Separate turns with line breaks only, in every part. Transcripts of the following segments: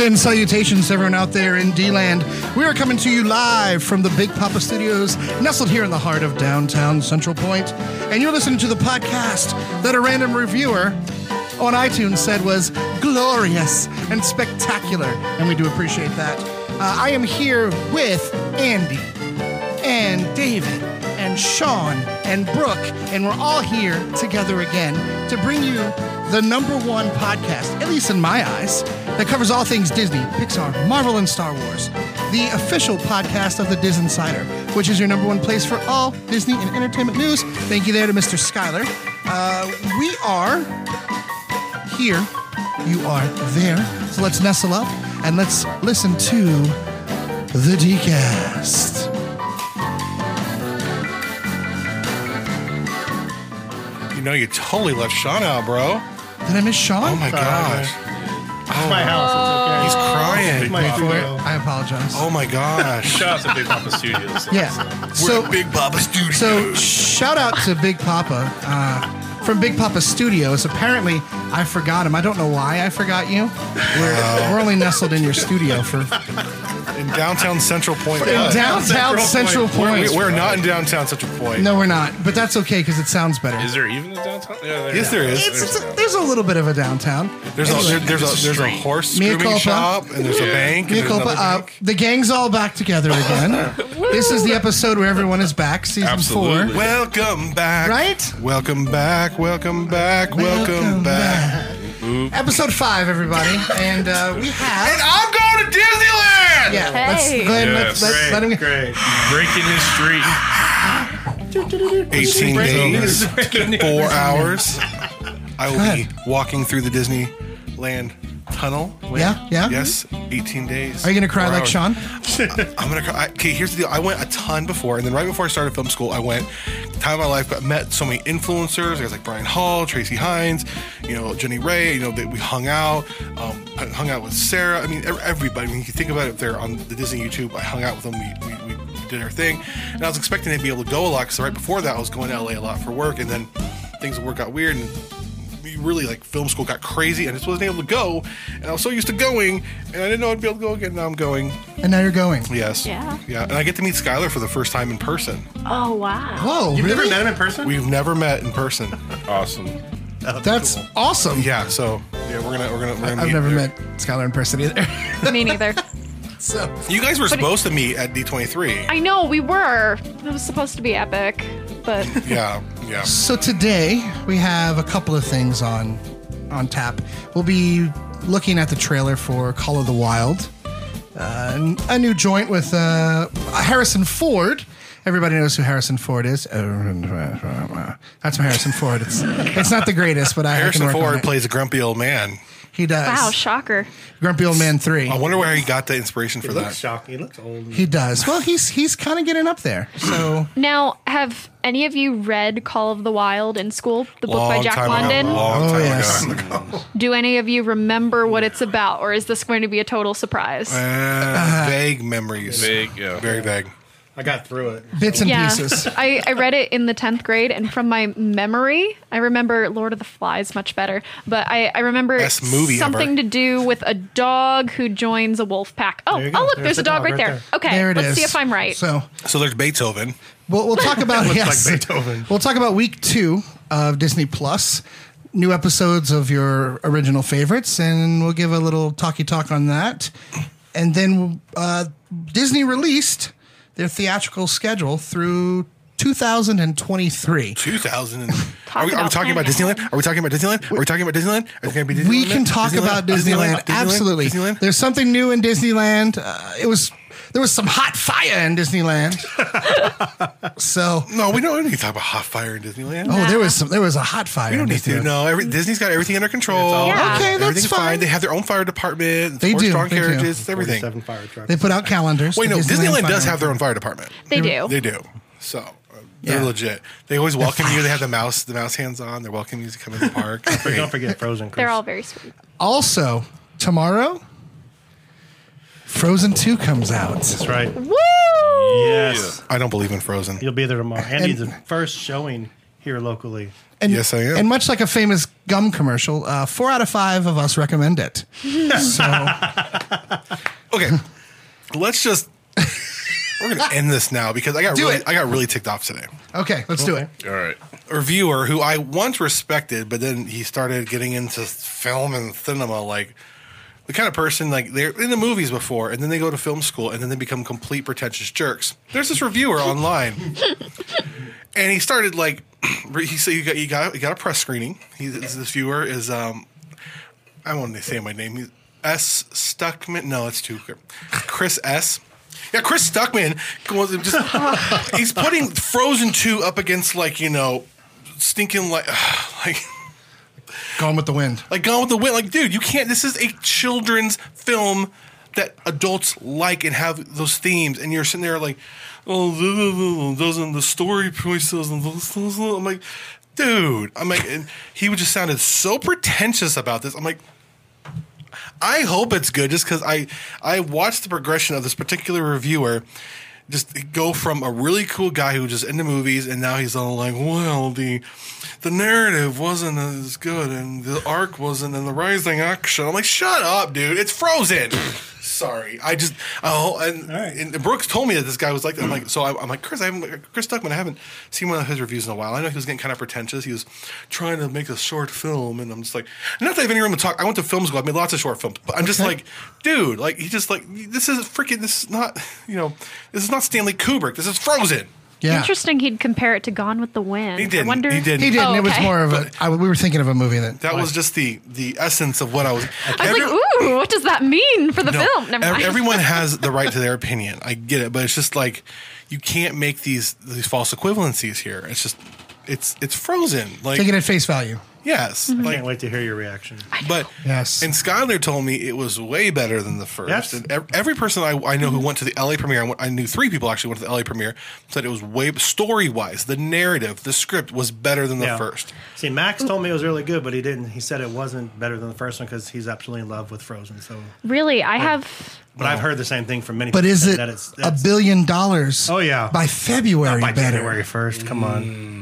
and salutations to everyone out there in D-Land. We are coming to you live from the Big Papa Studios, nestled here in the heart of downtown Central Point. And you're listening to the podcast that a random reviewer on iTunes said was glorious and spectacular. And we do appreciate that. Uh, I am here with Andy and David and Sean and Brooke, and we're all here together again to bring you the number one podcast, at least in my eyes, that covers all things Disney, Pixar, Marvel, and Star Wars. The official podcast of the Diz Insider, which is your number one place for all Disney and entertainment news. Thank you there to Mr. Schuyler. Uh, we are here, you are there. So let's nestle up and let's listen to the Dcast.
You know, you totally left Sean out, bro.
Did I miss Sean?
Oh my gosh.
my house.
He's
It's okay.
Oh,
crying.
my
Wait for it.
studio.
I apologize.
oh my gosh.
Shout out to Big Papa Studios.
yeah.
We're
So
at Big Papa Studios.
so shout out to Big Papa uh, from Big Papa Studios. Apparently, I forgot him. I don't know why I forgot you. We're,
Oh.
we're only nestled in your studio for
in downtown Central Point.
in
What?
downtown Central
Central
Point.
We, we're not in downtown Central Point.
no, we're not. But that's okay because it sounds better.
Is there even a downtown? Yeah,
Yes, there is.
It's, it's a, there's a little bit of a downtown.
There's a there, there's a there's a horse
Mea
grooming
culpa.
shop and there's a bank. and
Mea
there's
culpa.
another
Uh,
bank.
the gang's all back together again. this is the episode where everyone is back, season
Absolutely.
four.
Welcome back.
Right?
Welcome back. Welcome back. Welcome, back.
Episode five, everybody, and uh, we have.
I'm going to Disneyland.
Yeah, let's
Hey.
go ahead and let's,
Yes.
let's let him get
Great.
Breaking his streak.
18
Breaking
days, four hours. I will be walking through the Disneyland tunnel.
Yeah, yeah.
Yes, 18 days.
Are you gonna cry
four
like
hours.
Sean?
I'm gonna cry. I, okay, here's the deal. I went a ton before, and then right before I started film school, I went time of my life. But met so many influencers. Guys like Brian Hall, Tracy Hines, you know Jenny Ray. You know that we hung out. Um, I hung out with Sarah. I mean ev- everybody. When you think about it, there on the Disney YouTube, I hung out with them. We, we, we did our thing, and I was expecting to be able to go a lot because right before that, I was going to LA a lot for work, and then things would work out weird. and we really like film school got crazy and I just wasn't able to go and I was so used to going and I didn't know I'd be able to go again now I'm going
And now you're going.
Yes.
Yeah.
Yeah. And I get to meet Skylar for the first time in person.
Oh wow.
Whoa,
You've
really?
never met him in person?
We've never met in person.
Awesome.
That's awesome.
Yeah. So yeah, we're gonna we're gonna. We're gonna
I've
meet
never
there.
met Skylar in person either.
Me neither.
so
You guys were supposed to meet at D twenty three.
I know we were. It was supposed to be epic, but
Yeah. Yeah.
So today we have a couple of things on on tap. We'll be looking at the trailer for Call of the Wild, uh, n- a new joint with uh, Harrison Ford. Everybody knows who Harrison Ford is. That's my Harrison Ford. It's it's not the greatest, but I
Harrison
can work on
Ford
it.
plays a grumpy old man.
He does.
wow, shocker.
Grumpy Old Man Three.
I wonder where he got the inspiration for
It
that.
shocking. It looks old.
He does. Well, he's he's kind of getting up there. So
Now, have any of you read Call of the Wild in school? The book by Jack
time
London?
Ago, long
Oh,
time
yes.
ago.
Do any of you remember what it's about, or is this going to be a total surprise?
Uh, vague memories.
Big, yeah.
Very vague.
I got through it.
bits and
yeah,
pieces.
I, I read it in the 10th grade, and from my memory, I remember Lord of the Flies much better. But I, I remember
Best movie
something
ever.
to do with a dog who joins a wolf pack. Oh, oh
There you
look,
go.
there's,
There's
a
the
dog,
dog
right
right
there.
there.
Okay,
There it is.
let's see if I'm right.
So
So there's Beethoven.
We'll, we'll talk about yes.
Beethoven.
We'll talk about week two of Disney Plus, new episodes of your original favorites, and we'll give a little talkie talk on that. And then uh, Disney released their theatrical schedule through 2023.
2000. And, are we, are we
about
talking about
planning.
Disneyland? Are we talking about Disneyland? Are we talking about Disneyland? Are we, gonna be Disneyland?
we can talk about Disneyland, absolutely.
Disneyland?
There's something new in Disneyland. Uh, it was there was some hot fire in Disneyland. so
No, we don't need to talk about hot fire in Disneyland.
oh, there was some there was a hot fire.
We don't
in
need to.
Disneyland.
No, every, Disney's got everything under control.
Yeah. Okay,
that's
Everything's
fine.
They have their own fire department.
They
four
do,
Strong
they do.
carriages. It's everything.
Seven fire trucks.
They put out calendars.
Wait,
for
no. Disneyland does
Fire.
have their own fire department.
They do.
They do. So. uh, They're
Yeah.
legit. They always welcome you. They have the mouse, the mouse hands on. They're welcoming you to come in the park.
But don't forget Frozen. Chris.
They're all very sweet.
Also, tomorrow, Frozen 2 comes out.
That's right.
Woo!
Yes.
I don't believe in Frozen.
You'll be there tomorrow. Andy's the first showing here locally.
And,
Yes, I am.
And much like a famous gum commercial, uh, four out of five of us recommend it. so
Okay, let's just we're gonna end this now because I got
Do
really
it.
I got really ticked off today.
okay, let's do it.
All right.
A reviewer who I once respected, but then he started getting into film and cinema, like the kind of person like they're in the movies before, and then they go to film school, and then they become complete pretentious jerks. There's this reviewer online, and he started like re- he said he got he got, he got a press screening. He, this, this viewer is um I won't say my name. He's S. Stuckman. No, it's too good. Chris S. Yeah, Chris Stuckman. goes and Just, he's putting Frozen 2 up against, like, you know, stinking, like, like,
Going with the wind.
like Gone with the Wind. Like, dude, you can't. This is a children's film that adults like and have those themes, and you're sitting there like, oh, doesn't the story choices and those, those, those." I'm like, dude, I'm like, and he would just sounded so pretentious about this. I'm like. I hope it's good just because I I watched the progression of this particular reviewer just go from a really cool guy who was just into movies and now he's all like, well, the the narrative wasn't as good and the arc wasn't in the rising action. I'm like, shut up, dude. It's frozen. Sorry, I just oh and,
right.
and Brooks told me that this guy was like that. I'm like so I, I'm like Chris I haven't Chris Duckman I haven't seen one of his reviews in a while. I know he was getting kind of pretentious. He was trying to make a short film, and I'm just like not that I have any room to talk. I went to film school. I've made lots of short films, but I'm just like dude, like he just like this is freaking this is not you know this is not Stanley Kubrick. This is Frozen.
Yeah.
Interesting. He'd compare it to Gone with the Wind.
He didn't.
I wonder.
He didn't.
He didn't.
Oh,
It was
okay.
more of a. I, we were thinking of a movie that.
That was just the the essence of what I was.
I was like, ooh, what does that mean for the
No,
film? Never
ev-
mind.
Everyone has the right to their opinion. I get it, but it's just like you can't make these these false equivalencies here. It's just it's it's frozen. Like
Take it at face value.
yes,
Mm-hmm.
Can't
like
wait to hear your reaction.
but
Yes.
And Skyler told me it was way better than the first.
Yes.
And ev- every person I, I know who went to the LA premiere, I, went, I knew three people actually went to the LA premiere, said it was way story wise, the narrative, the script was better than the
Yeah.
first.
See, Max told me it was really good, but he didn't. He said it wasn't better than the first one because he's absolutely in love with Frozen. So,
really,
Oh.
I have.
but I've heard the same thing from many.
but
people
is it
that it's,
a
that's
billion dollars?
Oh, yeah.
By February.
by
better.
January first? Come on.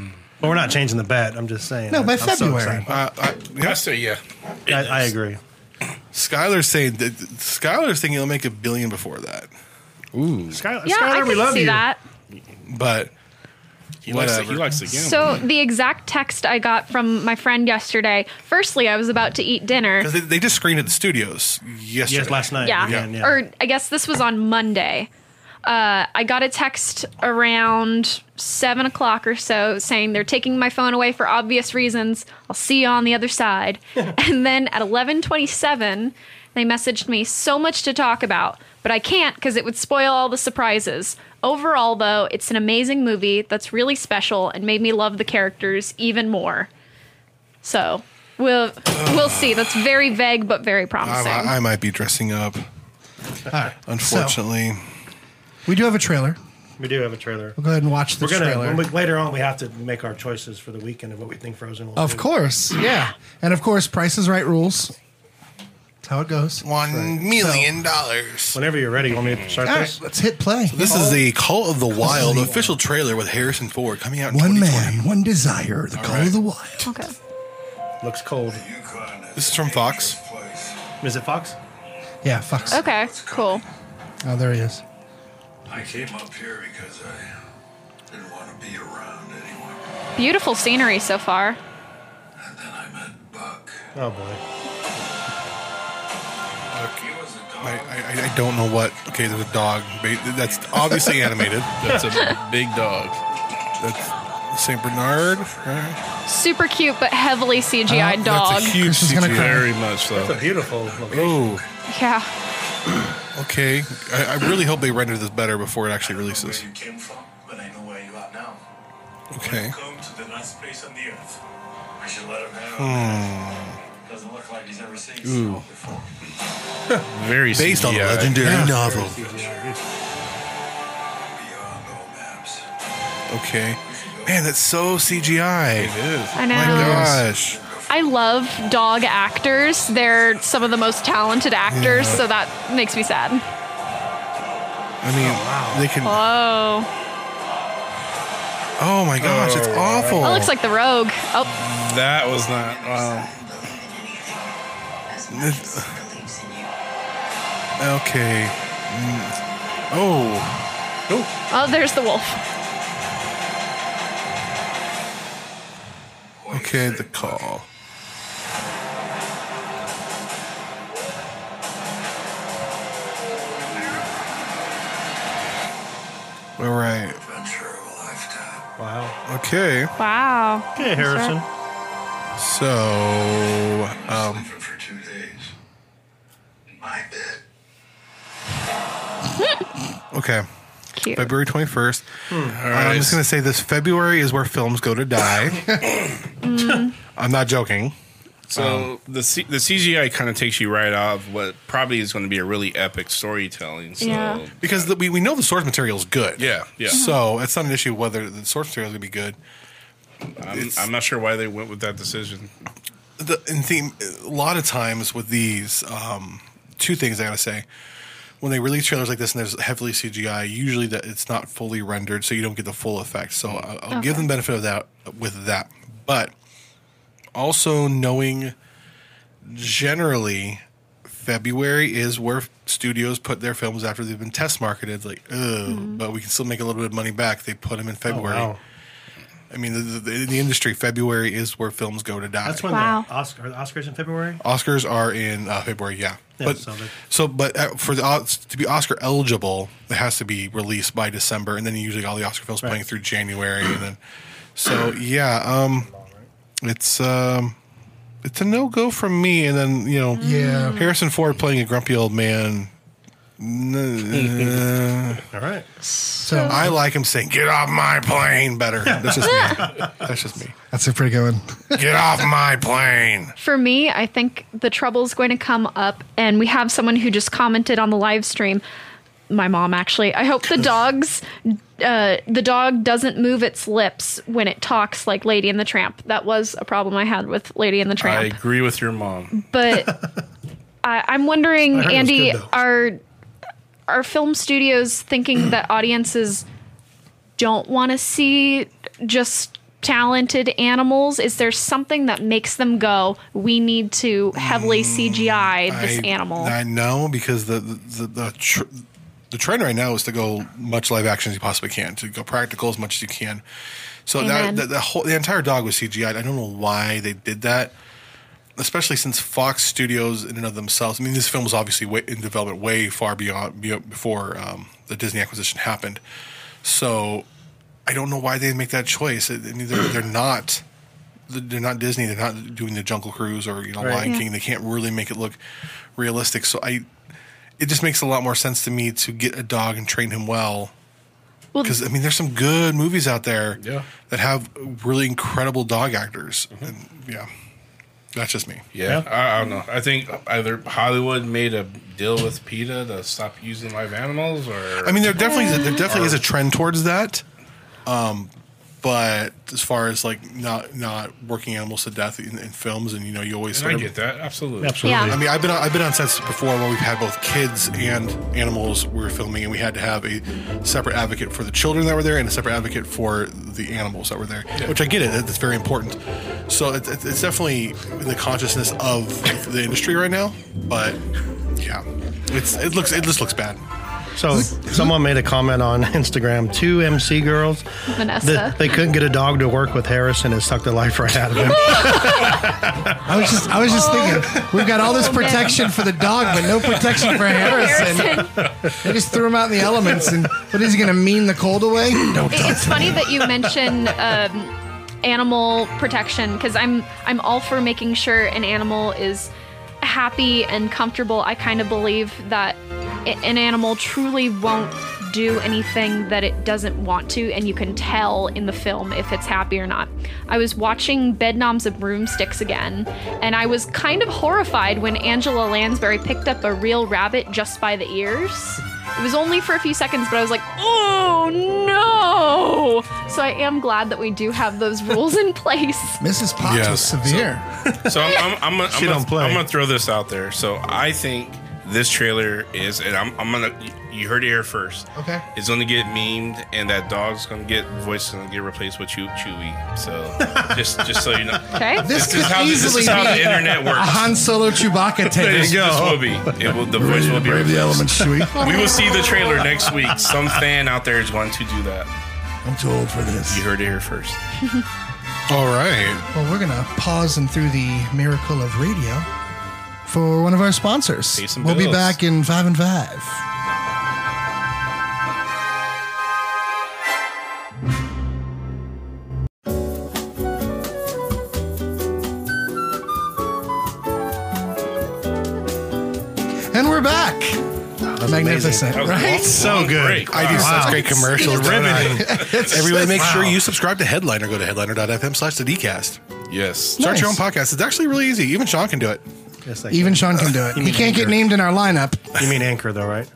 But we're not changing the bet. I'm just saying.
No, by
I'm so
February.
excited.
Uh, I,
I
yeah,
say yeah.
I, I agree.
Skyler's saying that Skyler's thinking it'll make a billion before that,
Skylar,
Yeah, I
Skylar
can
we love
see
you.
that.
but
He likes, the, he
Whatever.
likes the game.
So the exact text I got from my friend yesterday. Firstly, I was about to eat dinner.
because they, they just screened at the studios yesterday.
Yes, last night.
yeah.
again,
Or I guess this was on Monday. Uh, I got a text around seven o'clock or so saying they're taking my phone away for obvious reasons. I'll see you on the other side. and then at eleven twenty-seven, they messaged me so much to talk about, but I can't because it would spoil all the surprises. Overall, though, it's an amazing movie that's really special and made me love the characters even more. So we'll we'll see. That's very vague but very
I,
promising.
I- I might be dressing up.
All right.
Unfortunately,
So, we do have a trailer.
we do have a trailer.
We'll go ahead and watch the
We're gonna
trailer.
when we, later on. We have to make our choices for the weekend of what we think Frozen will.
of
do.
course. Yeah. And of course, Price is Right rules. That's how it goes. All
one million dollars.
Whenever you're ready, you want me to start
right.
this?
Let's hit play.
This is the Call of the Wild official trailer with Harrison Ford coming out in
one
2020.
man, one desire. The call of the wild.
okay.
Looks cold.
This is from Fox.
Is it Fox?
Yeah. Fox.
Okay, cool.
Oh, there he is.
I came up here because I didn't want to be around anyone.
Beautiful scenery so far.
And then I met Buck.
Oh boy.
He was a dog.
I, I, I don't know what. Okay, there's a dog. Ba- That's obviously animated.
That's a big dog.
That's Saint Bernard. right?
Super cute but heavily CGI
Oh,
dog.
Uh-huh. That's a huge
Chris is gonna
CGI.
Very much
It's
so.
a beautiful. location.
Oh,
yeah.
okay. I, I really hope they render this better before it actually releases.
Where you came from, but I know where you are now.
Okay.
Come to the last place on the earth. I should let him
Hmm.
have it. Doesn't look like he's ever seen snow before.
Very
Based on a
CGI.
legendary novel.
Beyond all maps.
Okay. Man, that's so CGI.
It is.
I know.
My gosh.
I love dog actors. They're some of the most talented actors, so that makes me sad.
Oh,
I mean, they can.
Oh.
Oh my gosh, it's awful.
That looks like the rogue. Oh,
That was not. Wow.
okay. Mm. Oh,
oh, there's the wolf.
okay. The call. All right.
Adventure of a lifetime.
Wow.
Okay.
Wow.
Okay,
That's right.
Harrison.
So, um,
Sleeping for two days. In my bed.
okay.
Cute.
February 21st.
All
I'm
right.
just going to say this February is where films go to die. I'm not joking.
so the C- the CGI kind of takes you right out of what probably is going to be a really epic storytelling. So
Yeah. Uh-huh.
Because the, we, we know the source material is good.
yeah, yeah.
So it's not an issue whether the source material is going to be good.
I'm, I'm not sure why they went with that decision.
The, and theme, a lot of times with these, um, two things I got to say. When they release trailers like this and there's heavily CGI, usually that it's not fully rendered, so you don't get the full effect. So I'll, I'll give them benefit of that with that. But also knowing generally February is where studios put their films after they've been test marketed. Like, oh, but we can still make a little bit of money back. They put them in February.
Oh, wow.
I mean, the, the, in the industry, February is where films go to die.
That's when
Wow.
the Oscar, are the Oscars in February.
Oscars are in uh, February. Yeah,
Yeah,
but so,
so the-
but uh, for the Os- to be Oscar eligible, it has to be released by December, and then usually all the Oscar films playing through January, and then so yeah, um, it's um, it's a no go from me, and then you know,
Yeah.
Harrison Ford playing a grumpy old man.
All right.
So
I like him saying "Get off my plane" better. That's just me. That's just me.
that's a pretty good one.
Get off my plane.
For me, I think the trouble's going to come up, and we have someone who just commented on the live stream. My mom, actually. I hope the dog's uh, the dog doesn't move its lips when it talks like Lady and the Tramp. That was a problem I had with Lady and the
I
Tramp.
agree with your mom.
But I, I'm wondering,
I heard it was
Andy,
good, though.
are are film studios thinking that audiences don't want to see just talented animals? Is there something that makes them go, we need to
Mm,
heavily CGI this
I-
animal?
I know because the the the, the, tr- the trend right now is to go much live action as you possibly can, to go practical as much as you can. So that,
Amen.
that the whole the entire dog was CGI. I don't know why they did that, especially since Fox Studios in and of themselves. I mean, this film was obviously way, in development way far beyond, beyond before um, the Disney acquisition happened. So I don't know why they make that choice. I mean, they're, they're not they're not Disney. They're not doing the Jungle Cruise or you know
Right.
Lion
Yeah.
King. They can't really make it look realistic. So I, it just makes a lot more sense to me to get a dog and train him well.
Well,
Because I mean, there's some good movies out there
Yeah. Mm-hmm.
that have really incredible dog actors. And yeah, that's just me.
Yeah,
Yeah.
I, I don't know. I think either Hollywood made a deal with PETA to stop using live animals, or
I mean, there definitely is a, there definitely is a trend towards that. Um, but as far as like not not working animals to death in, in films, and you know, you always
And
sort
I
of-
get that absolutely.
Absolutely.
I mean, I've been on, I've been on sets before where we've had both kids and animals we were filming, and we had to have a separate advocate for the children that were there and a separate advocate for the animals that were there. Which I get it; that's very important. So it, it, it's definitely in the consciousness of the industry right now. But yeah, it's it looks it just looks bad.
So someone made a comment on Instagram. Two MC girls.
Vanessa.
That they couldn't get a dog to work with Harrison and sucked the life right out of him.
I was just I was just thinking we've got all this protection for the dog, but no protection for Harrison.
Harrison,
They just threw him out in the elements, and what is he going to mean the cold away? No,
it- it's funny that you mention um, animal protection because I'm I'm all for making sure an animal is happy and comfortable. I kind of believe that i- an animal truly won't do anything that it doesn't want to, and you can tell in the film if it's happy or not. I was watching Bedknobs and Broomsticks again, and I was kind of horrified when Angela Lansbury picked up a real rabbit just by the ears. It was only for a few seconds, but I was like, oh no! So I am glad that we do have those rules in place.
Mrs. Potts
Yeah.
was severe.
So I'm, I'm, I'm, gonna- I'm,
She
gonna-
don't play.
I'm gonna throw this out there. So I think this trailer is, and I'm, I'm gonna, you heard it here first.
Okay.
It's gonna get memed, and that dog's gonna get voice and get replaced with Chew, Chewy. So just, just so you know,
Okay.
This
this is
could
how, this
easily
is how the
be a
internet works.
Han Solo Chewbacca
This,
take.
this will be. It will. The voice will be.
Brave the elements,
replaced.
Chewie.
We will see the trailer next week. Some fan out there is going to do that.
I'm too old for this.
You heard it here first.
All right.
Well, we're gonna pause and through the miracle of radio for one of our sponsors.
Pay some
we'll be
bills.
back in five and five. And we're back. Magnificent,
That was a long,
right?
long
good.
break.
I do
Wow.
such great commercials. don't I? Everyone, make sure
wow.
you subscribe to Headliner. Go to headliner.fm slash the DCast.
Yes.
Start your own
Nice.
podcast. It's actually really easy. Even Sean can do it.
Yes, I
Even Sean can do it. He can't get named in our lineup.
can. you mean anchor though, right?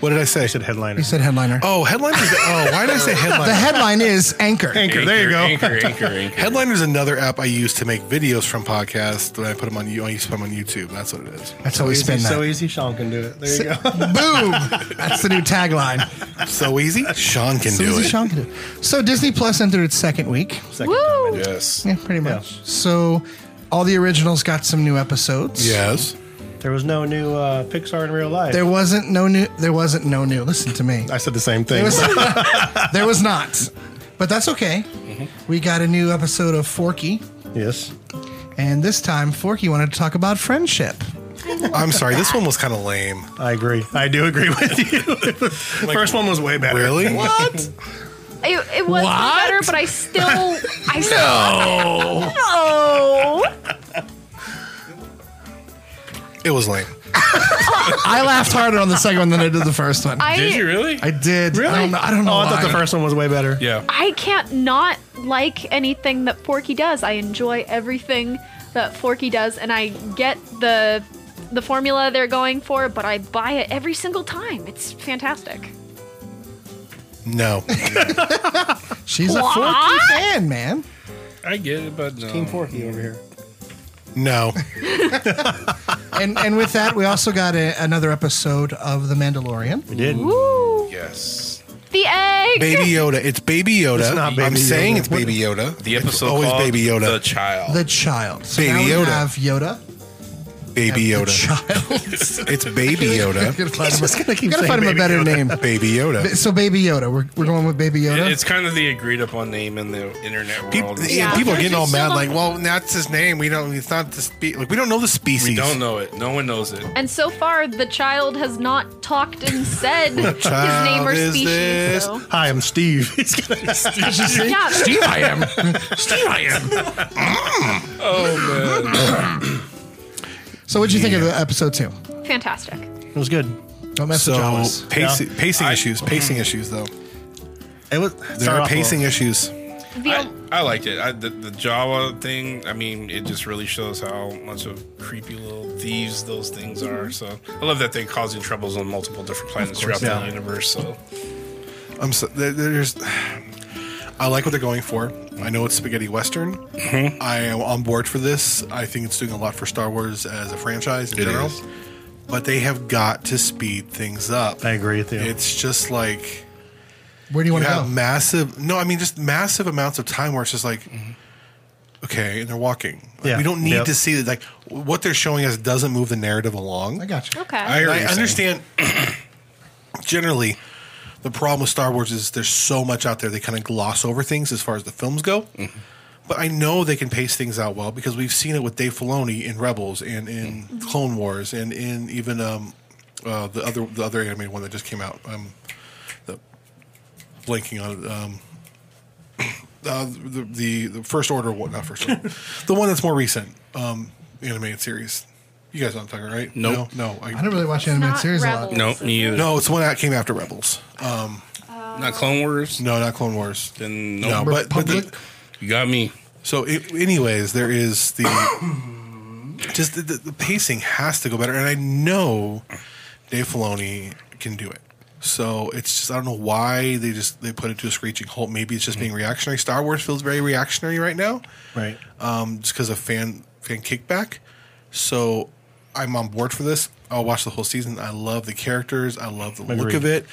What did I say?
I said headliner.
He said headliner.
Oh, headliners. oh, why did I say headliner?
The headline is Anchor.
Anchor, there you go.
Anchor, anchor, anchor.
Headliner is another app I use to make videos from podcasts that I put them on. I used to put them on YouTube. That's what it is.
That's how we spin
so
that.
easy, Sean can do it. There you go.
Boom! That's the new tagline.
So easy. Sean can
So
do
easy,
it.
Sean can do it. So Disney Plus entered its second week.
Second time.
Woo!
Yes.
Yeah, pretty much. So all the originals got some new episodes.
Yes.
There was no new uh, Pixar in real life.
There wasn't no new. There wasn't no new. Listen to me.
I said the same
There
thing.
was, there was not. But that's okay. We got a new episode of Forky,
yes.
and this time Forky wanted to talk about friendship.
I'm sorry. This one was kind of lame.
I agree. I do agree with you. First one was way better.
Really? What?
It, it was
What?
better, but I still, I still no.
It was lame.
I laughed harder on the second one than I did the first one. I,
I
Did you really?
did. I don't know. I don't know
Oh, I
why.
thought the first one was way better.
yeah.
I can't not like anything that Forky does. I enjoy everything that Forky does, and I get the the formula they're going for, but I buy it every single time. It's fantastic.
No.
She's a
What?
Forky fan, man.
I get it, but no.
Team Forky over here.
No.
and and with that, we also got a, another episode of The Mandalorian.
We did.
Woo!
Yes.
The egg.
Baby Yoda. It's Baby Yoda.
It's not
I'm
Baby
saying
Yoda.
it's Baby Yoda.
The
It's
episode
always
called
Baby
The
Yoda.
Child.
The child. So
Baby
now we
Yoda.
have Yoda.
Baby
and the
Yoda.
child.
It's Baby Yoda.
He's just gonna keep gotta
saying
find him a
Baby
better name.
Baby Yoda.
So Baby Yoda. We're, we're going with Baby
It-
Yoda.
it's kind of the agreed upon name in the internet world.
People,
It's-
yeah, people are getting all
There's
mad,
just so
like,
much-
well, that's his name. We don't. It's not the spe- like we don't know the species.
we don't know it. No one knows it.
And so far, the child has not talked and said his name
child
or
is
species.
this?
So.
Hi, I'm Steve. He's gonna
Yeah,
Steve, I am. Steve, I am.
so what'd you think of the episode two?
fantastic.
It was good.
Don't mess with
So
Jawas.
pacing,
Yeah.
pacing issues, pacing issues though.
It was.
There are pacing issues.
The
I,
on-
I liked it. I, the, the Java thing, I mean, it just really shows how much of creepy little thieves those things are. So I love that they're causing troubles on multiple different planets throughout
yeah.
the universe. So
I'm so, there, there's. I like what they're going for. I know it's spaghetti western. I am on board for this. I think it's doing a lot for Star Wars as a franchise in
It
general.
is.
But they have got to speed things up.
I agree with you.
It's just like
Where do you
you
want to
have
go?
massive. No, I mean just massive amounts of time where it's just like. Okay, and they're walking. Like,
Yeah.
We don't need
Yep.
to see like what they're showing us doesn't move the narrative along.
I got you.
okay.
I, hear what
I
you're saying.
understand. generally, the problem with Star Wars is there's so much out there they kind of gloss over things as far as the films go.
Mm-hmm.
But I know they can pace things out well because we've seen it with Dave Filoni in Rebels and in
Mm-hmm.
Clone Wars and in even um, uh, the other the other animated one that just came out. Um, the blanking on it. Um, uh, the, the the first order one, not first order, the one that's more recent um, animated series. You guys know what I'm talking about, right?
Nope.
No, no,
I don't really watch animated
not
series a lot.
Rebels.
Nope, me either.
no, it's the one that came after Rebels.
Not Clone Wars.
No, not Clone Wars.
Then
No,
no.
but, but the,
Republic?
you got me.
so it, anyways, there is the just the, the, the pacing has to go better, and I know Dave Filoni can do it. So it's just I don't know why they just they put it to a screeching halt. Maybe it's just being reactionary. Star Wars feels very reactionary right now,
right.
um, just because of fan fan kickback. So I'm on board for this. I'll watch the whole season. I love the characters. I love the look of it.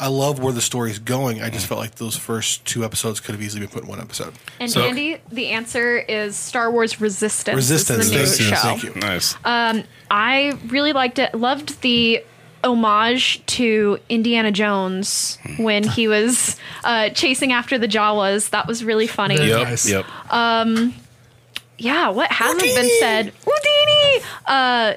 I love where the story's going. I just felt like those first two episodes could have easily been put in one episode.
And
So-
Andy, the answer is Star Wars Resistance. is
Resistance.
the new
Resistance,
show.
thank you.
Nice.
I really liked it. Loved the homage to Indiana Jones when he was uh, chasing after the Jawas. That was really funny.
Very
yep.
nice.
Yep.
Yeah, what hasn't been said? Houdini! Uh,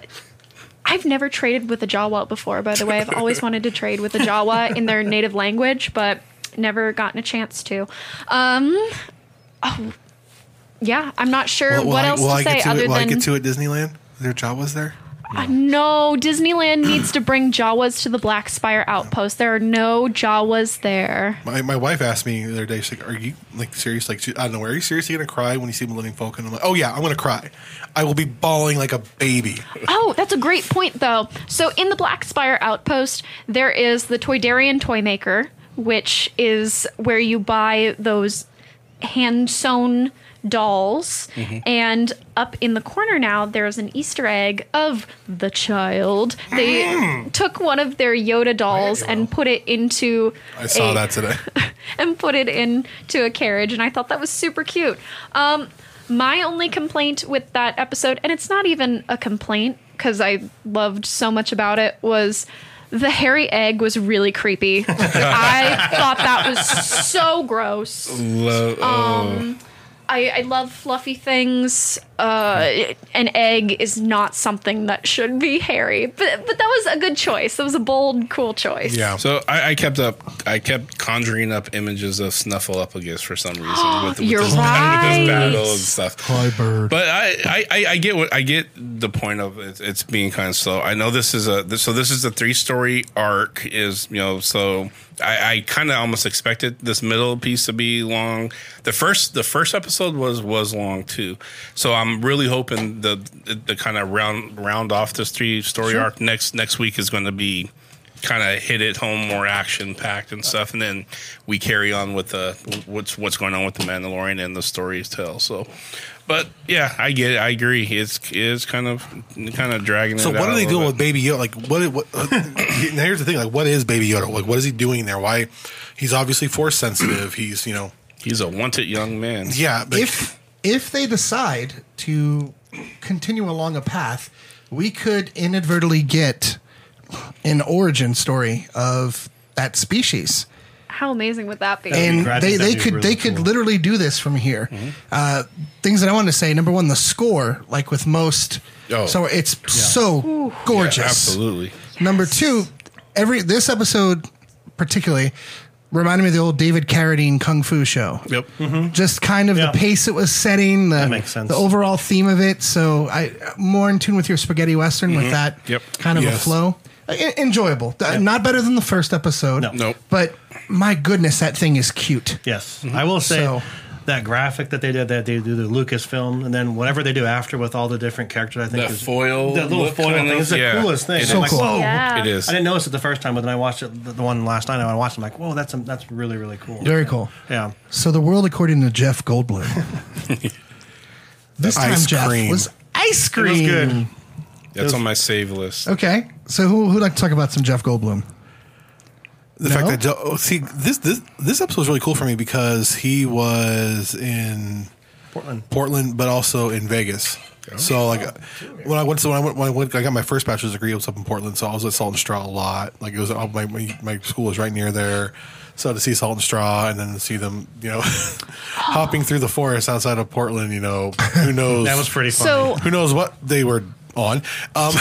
I've never traded with a Jawa before, by the way. I've always wanted to trade with a Jawa in their native language, but never gotten a chance to. Um, oh, yeah, I'm not sure
Will- will
what
I-
else
will
to
I get
say
to it-
other
will I
than
get to it at Disneyland? Their job was there.
no, Disneyland needs to bring Jawas to the Black Spire outpost. There are no Jawas there.
My, my wife asked me the other day, she's like, "Are you like serious? Like, she- I don't know, are you seriously gonna cry when you see Millennium Falcon?" I'm like, "Oh yeah, I'm gonna cry. I will be bawling like a baby."
Oh, that's a great point, though. So, in the Black Spire outpost, there is the Toydarian Toy Maker, which is where you buy those hand sewn dolls.
Mm-hmm.
And up in the corner now, there's an Easter egg of the child. They
Mm.
took one of their Yoda dolls and put it into.
I saw
a-
that today.
and put it into a carriage, and I thought that was super cute. Um, my only complaint with that episode, and it's not even a complaint because I loved so much about it, was the hairy egg was really creepy. I thought that was so gross.
Lo- oh.
I, I love fluffy things. Uh, an egg is not something that should be hairy, but but that was a good choice. That was a bold, cool choice.
Yeah.
So I, I kept up. I kept conjuring up images of Snuffleupagus for some reason with, with,
You're
this, with
right.
this battle and stuff.
Hi, bird.
But I, I, I, I get what I get the point of it, it's being kind of slow. I know this is a this, so this is a three story arc is you know so I, I kind of almost expected this middle piece to be long. The first the first episode was was long too, so I'm really hoping the the kind of round round off this three story arc next next week is going to be kind of hit it home more action packed and stuff and then we carry on with the what's what's going on with the mandalorian and the stories tell so but yeah i get it i agree it's it's kind of kind of dragging
So
it
what
out
are they
a
doing
little
with
bit.
Baby Yoda? Like what? what uh, now here's the thing. Like what is Baby Yoda? Like what is he doing there? Why? He's obviously force sensitive. He's you know
he's a wanted young man
yeah. But
if if they decide to continue along a path, we could inadvertently get an origin story of that species.
How amazing would that be?
and
That'd
they,
be
they
really
could they
cool.
could literally do this from here. Uh, things that I want to say: number one, the score, like with most,
Oh.
so it's so gorgeous.
absolutely
Number two, every this episode particularly reminded me of the old David Carradine Kung Fu show.
yep
Mm-hmm.
Just kind of
Yeah.
the pace it was setting, the,
makes sense.
the overall theme of it. So I more in tune with your spaghetti western with that
Yep.
kind of a
Mm-hmm. Yes.
flow. E- enjoyable, Uh, not better than the first episode.
No.
Nope.
But my goodness, that thing is cute.
Yes, I will say
So-
that graphic that they did, that they do the Lucasfilm, and then whatever they do after with all the different characters, I think
The
is-
foil
that little
look
foil
kind
thing
of-
is the
yeah.
coolest thing.
It
So
I'm like,
cool.
whoa.
Yeah.
it is
I didn't notice it the first time, but then I watched it, the the one last night. And I watched. it, I'm like, whoa, that's that's really really cool.
Very cool.
Yeah.
So the world according to Jeff Goldblum. this time,
Ice
Jeff
cream.
was ice cream.
good.
that's on my save list
Okay, so who who'd like to talk about some Jeff Goldblum?
the fact that Jo- oh, see this this this episode was really cool for me because he was in
Portland.
Portland, but also in Vegas.
Oh.
So like uh, when I went to when I went, when I went I got my first bachelor's degree. It was up in Portland, so I was at Salt and Straw a lot. Like it was uh, my my, my school was right near there, so to see Salt and Straw and then to see them, you know, hopping through the forest outside of Portland. You know, who knows?
That was pretty funny.
So
who knows what they were on. Um,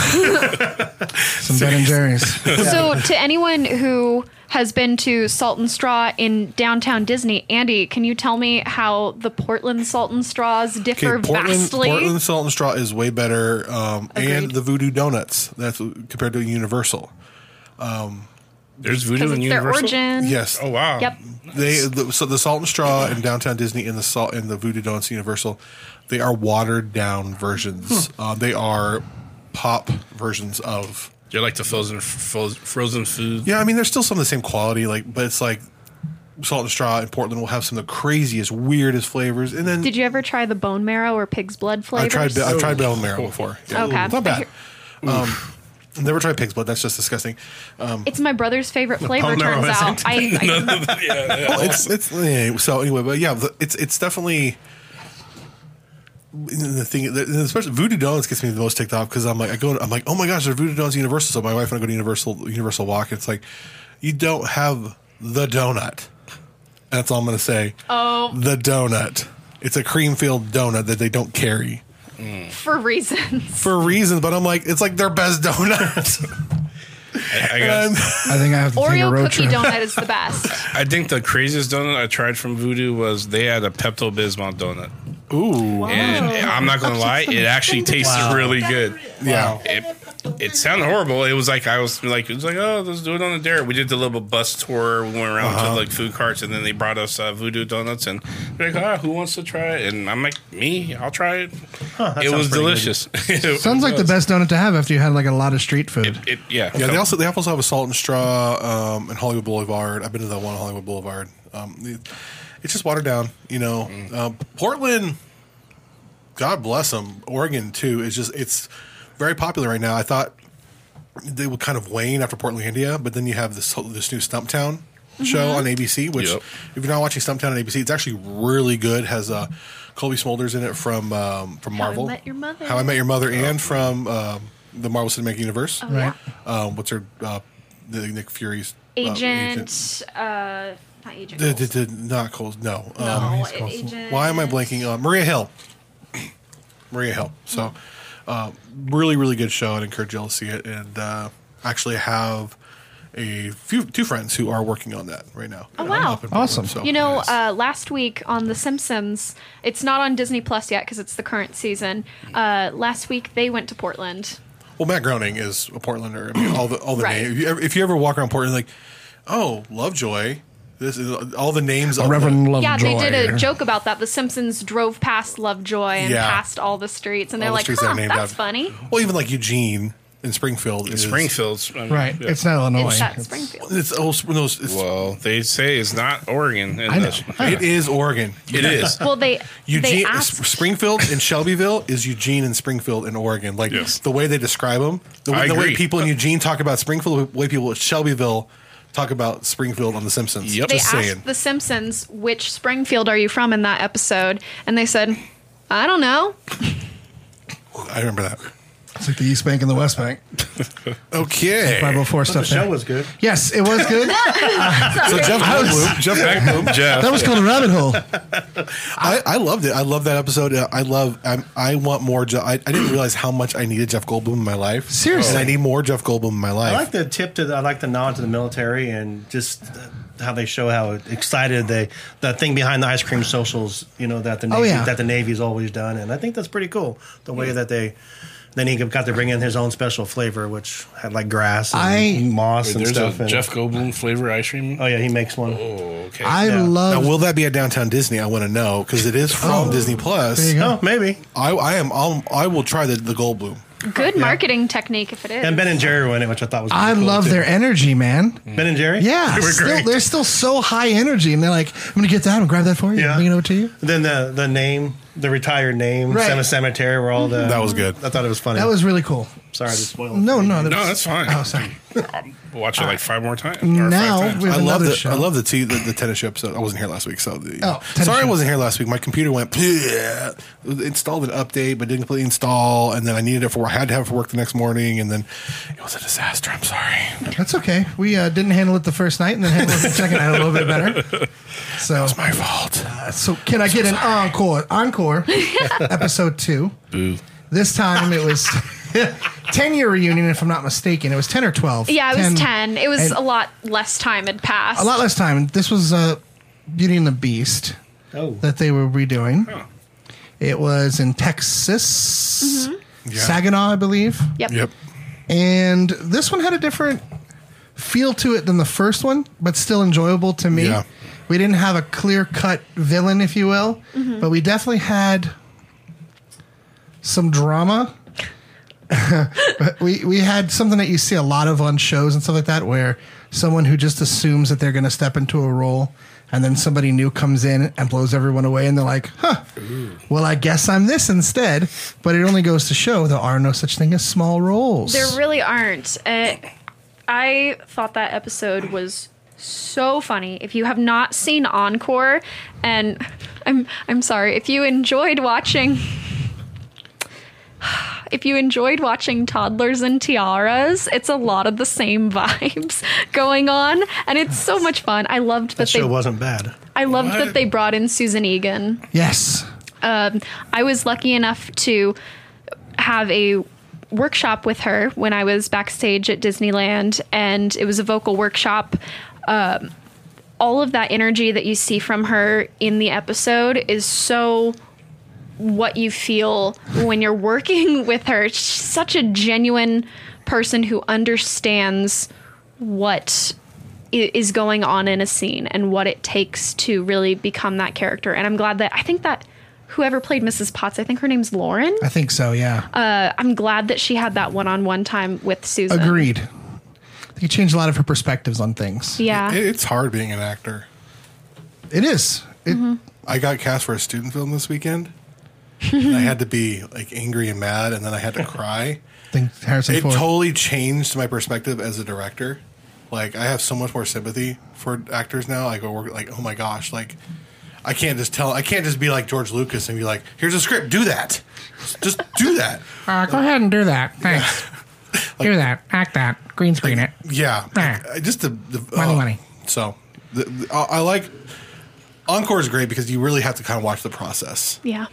Some Ben and Jerry's.
So, to anyone who has been to Salt and Straw in downtown Disney, Andy, can you tell me how the Portland Salt and Straws differ
Okay, Portland,
vastly?
Portland Salt and Straw is way better, um, and
Agreed.
the Voodoo Donuts. That's compared to Universal.
there's
Because
voodoo in
it's their
universal
origin.
Yes,
oh wow
Yep.
they the, so the Salt and Straw in Downtown Disney and the Salt and the Voodoo Donuts Universal, they are watered down versions.
Hmm.
Uh, they are pop versions of.
you're like the frozen fro- frozen food
Yeah, I mean, there's still some of the same quality, like, but it's like Salt and Straw in Portland will have some of the craziest, weirdest flavors, and then
Did you ever try the bone marrow or pig's blood flavors?
Oh,
I've tried I've tried bell marrow before. Yeah.
Okay.
It's not
I
bad.
hear-
Um, never try pig's blood. That's just disgusting.
It's my brother's favorite flavor. Turns
Palmero
out, I, I
Well, it's, it's yeah, so anyway, but yeah, the- it's it's definitely the thing. the- the- Especially voodoo donuts gets me the most ticked off because I'm like I go I'm like oh my gosh, there's voodoo donuts at Universal. So my wife and I go to Universal Universal Walk. It's like you don't have the donut. That's all I'm gonna say.
Oh.
the donut. It's a cream filled donut that they don't carry
for reasons.
for reasons. But I'm like it's like their best donut.
I, I got-
and
I think I have to take a
Oreo
road
cookie
trip.
donut is the best.
I think the craziest donut I tried from Voodoo was they had a Pepto Bismol donut,
ooh,
and I'm not gonna lie, it actually tasted really good.
yeah.
It, it sounded horrible. It was like I was like it was like oh let's do it on a dare. We did the little bus tour. We went around to like food carts, and then they brought us uh, Voodoo donuts, and they're like ah who wants to try it? And I'm like me, I'll try it. it was delicious. It
Sounds like the
was.
best donut to have after you had like a lot of street food.
It, yeah,
Yeah, they also they also have a Salt and Straw um, in Hollywood Boulevard. I've been to that one on Hollywood Boulevard. Um, it- it's just watered down, you know.
Mm.
Uh, Portland, God bless them. Oregon too is just it's very popular right now. I thought they would kind of wane after Portlandia, but then you have this whole- this new Stumptown show
Mm-hmm.
on ABC, which
Yep.
if you're not watching Stumptown on ABC, it's actually really good. Has uh, Colby Smulders in it from um, from
I
Marvel,
Met Your Mother.
How I Met Your Mother,
Oh.
and from um, the Marvel Cinematic Universe
Oh, yeah.
Right.
um, what's her uh, the Nick Fury's uh,
Agent, uh, not agent.
The-
Coulson.
the- the- not Coles. No. Um,
no,
he's
a-
Coulson.
agent.
why am I blanking on Maria Hill? Maria Hill. So, uh, really, really good show. I'd encourage you all to see it. And uh, actually have a few two friends who are working on that right now.
Oh, wow.
Up in Portland,
Awesome.
so
You know,
it's-
uh, last week on The Simpsons, it's not on Disney Plus yet because it's the current season. Uh, last week they went to Portland.
Well, Matt Groening is a Portlander. I mean, all the all the
Right.
names. If you, ever, if you ever walk around Portland, like, oh, Lovejoy. This is all the names. of
Reverend Lovejoy.
yeah, they did a joke about that. The Simpsons drove past Lovejoy and
Yeah.
past all the streets, and
all
they're
the
like,
streets that
huh,
are named
that's
after-
funny.
Well, even like Eugene in Springfield. is-
Springfield's I mean,
Right.
yeah.
It's not
Oh,
Illinois.
It's that Springfield.
It's also no, it's,
Well, they say it's not Oregon. In
I know.
this-
I know.
it is Oregon.
It is.
Well, they they
Eugene, uh,
asked
Springfield and Shelbyville is Eugene and Springfield in Oregon. Like
Yes.
the way they describe them, the,
I
way- the way
agree.
people in Eugene talk about Springfield, the way people at Shelbyville talk about Springfield on The Simpsons.
Yep.
they
Just
asked
saying.
the Simpsons which Springfield are you from in that episode, and they said, I don't know.
I remember that.
It's like the East Bank and the West Bank.
Okay.
504
The
stuff.
show
There.
was good.
Yes, it was good.
So Jeff Goldblum, Jeff Goldblum,
Jeff.
That was called a rabbit hole.
I, I loved it. I love that episode. Uh, I love. i I want more. Jeff, I, I didn't realize how much I needed Jeff Goldblum in my life.
Seriously.
and I need more Jeff Goldblum in my life.
I like the tip to the, I like the nod to the military and just how they show how excited they the thing behind the ice cream socials you know that the
Oh,
Navy,
yeah.
that the Navy's always done and I think that's pretty cool the way that they then he got to bring in his own special flavor which had like grass and
I-
moss and
There's
stuff
a
and,
Jeff Goldblum flavor ice cream.
oh yeah he makes one.
Oh, okay.
I
Yeah.
love.
Now, will that be at Downtown Disney? I want to know because it is from
Oh.
Disney Plus.
There you go.
Oh, maybe.
I, I am. I'll, I will try the the Goldblum.
Good marketing technique if it is.
And Ben and Jerry were in it, which I thought was.
I
pretty cool,
love
too. Mm-hmm.
their energy, man.
Ben and Jerry.
Yeah,
They were
still,
great.
they're still so high energy, and they're like, "I'm gonna get that. I'm gonna grab that for you.
Yeah.
I'm bringing it over to you."
Then the the name, the retired name,
Right. Mm-hmm.
Cemetery, Cemetery, where all the
That was good.
I thought it was funny.
That was really cool.
sorry to spoil. it.
No, no, that
no,
was-
that's fine.
Oh, sorry.
Watch it like five more times. or
Now
five times.
we have
I love
another
the
show.
I love the, t- the the tennis show episode. I wasn't here last week, so the,
Oh, tennis
sorry I
show.
wasn't here last week. My computer went "Bleh." It installed an update, but didn't completely install, and then I needed it for I had to have it for work the next morning, and then it was a disaster. I'm sorry.
That's okay. We uh, didn't handle it the first night, and then handled it the second night a little bit better. So,
It's my fault.
so can I get an encore? Encore, episode two.
Boo.
This time it was ten year reunion, if I'm not mistaken. It was ten or twelve.
yeah, it was 10. It was
and
a lot less time had passed.
a lot less time. This was uh, Beauty and the Beast.
Oh,
that they were redoing. It was in Texas,
Mm-hmm.
Saginaw, I believe.
Yep.
Yep.
And this one had a different feel to it than the first one, but still enjoyable to me.
Yeah.
We didn't have a clear cut villain, if you will, but we definitely had some drama. But we we had something that you see a lot of on shows and stuff like that, where someone who just assumes that they're going to step into a role, and then somebody new comes in and blows everyone away, and they're like, "Huh, well, I guess I'm this instead. But it only goes to show there are no such thing as small roles.
There really aren't. Uh, I thought that episode was so funny. If you have not seen Encore, and I'm I'm sorry if you enjoyed watching. If you enjoyed watching Toddlers and Tiaras, it's a lot of the same vibes going on, and it's so much fun. I loved that,
That
they
show wasn't bad.
I loved
What?
that they brought in Susan Egan
yes.
um, I was lucky enough to have a workshop with her when I was backstage at Disneyland, and it was a vocal workshop. Um, all of that energy that you see from her in the episode is so what you feel when you're working with her. She's such a genuine person who understands what i- is going on in a scene and what it takes to really become that character. And I'm glad that I think that whoever played Mrs. Potts, I think her name's Lauren.
I think so, yeah.
Uh, I'm glad that she had that one-on-one time with Susan.
Agreed. They changed a lot of her perspectives on things.
Yeah.
It- it's hard being an actor.
It is. It,
I got cast for a student film this weekend. and I had to be like angry and mad, and then I had to cry.
Mm-hmm.
think Harrison
it
Ford.
totally changed my perspective as a director. Like I have so much more sympathy for actors now. Like I work like oh my gosh, like I can't just tell I can't just be like George Lucas and be like, here's a script, do that. Just do that.
Uh, go ahead and do that. Thanks. do that. Act that. Green screen it.
Yeah,
Ah.
I- I just the, the
Money,
oh.
money.
So the, the- I I like Encore is great because you really have to kind of watch the process.
yeah.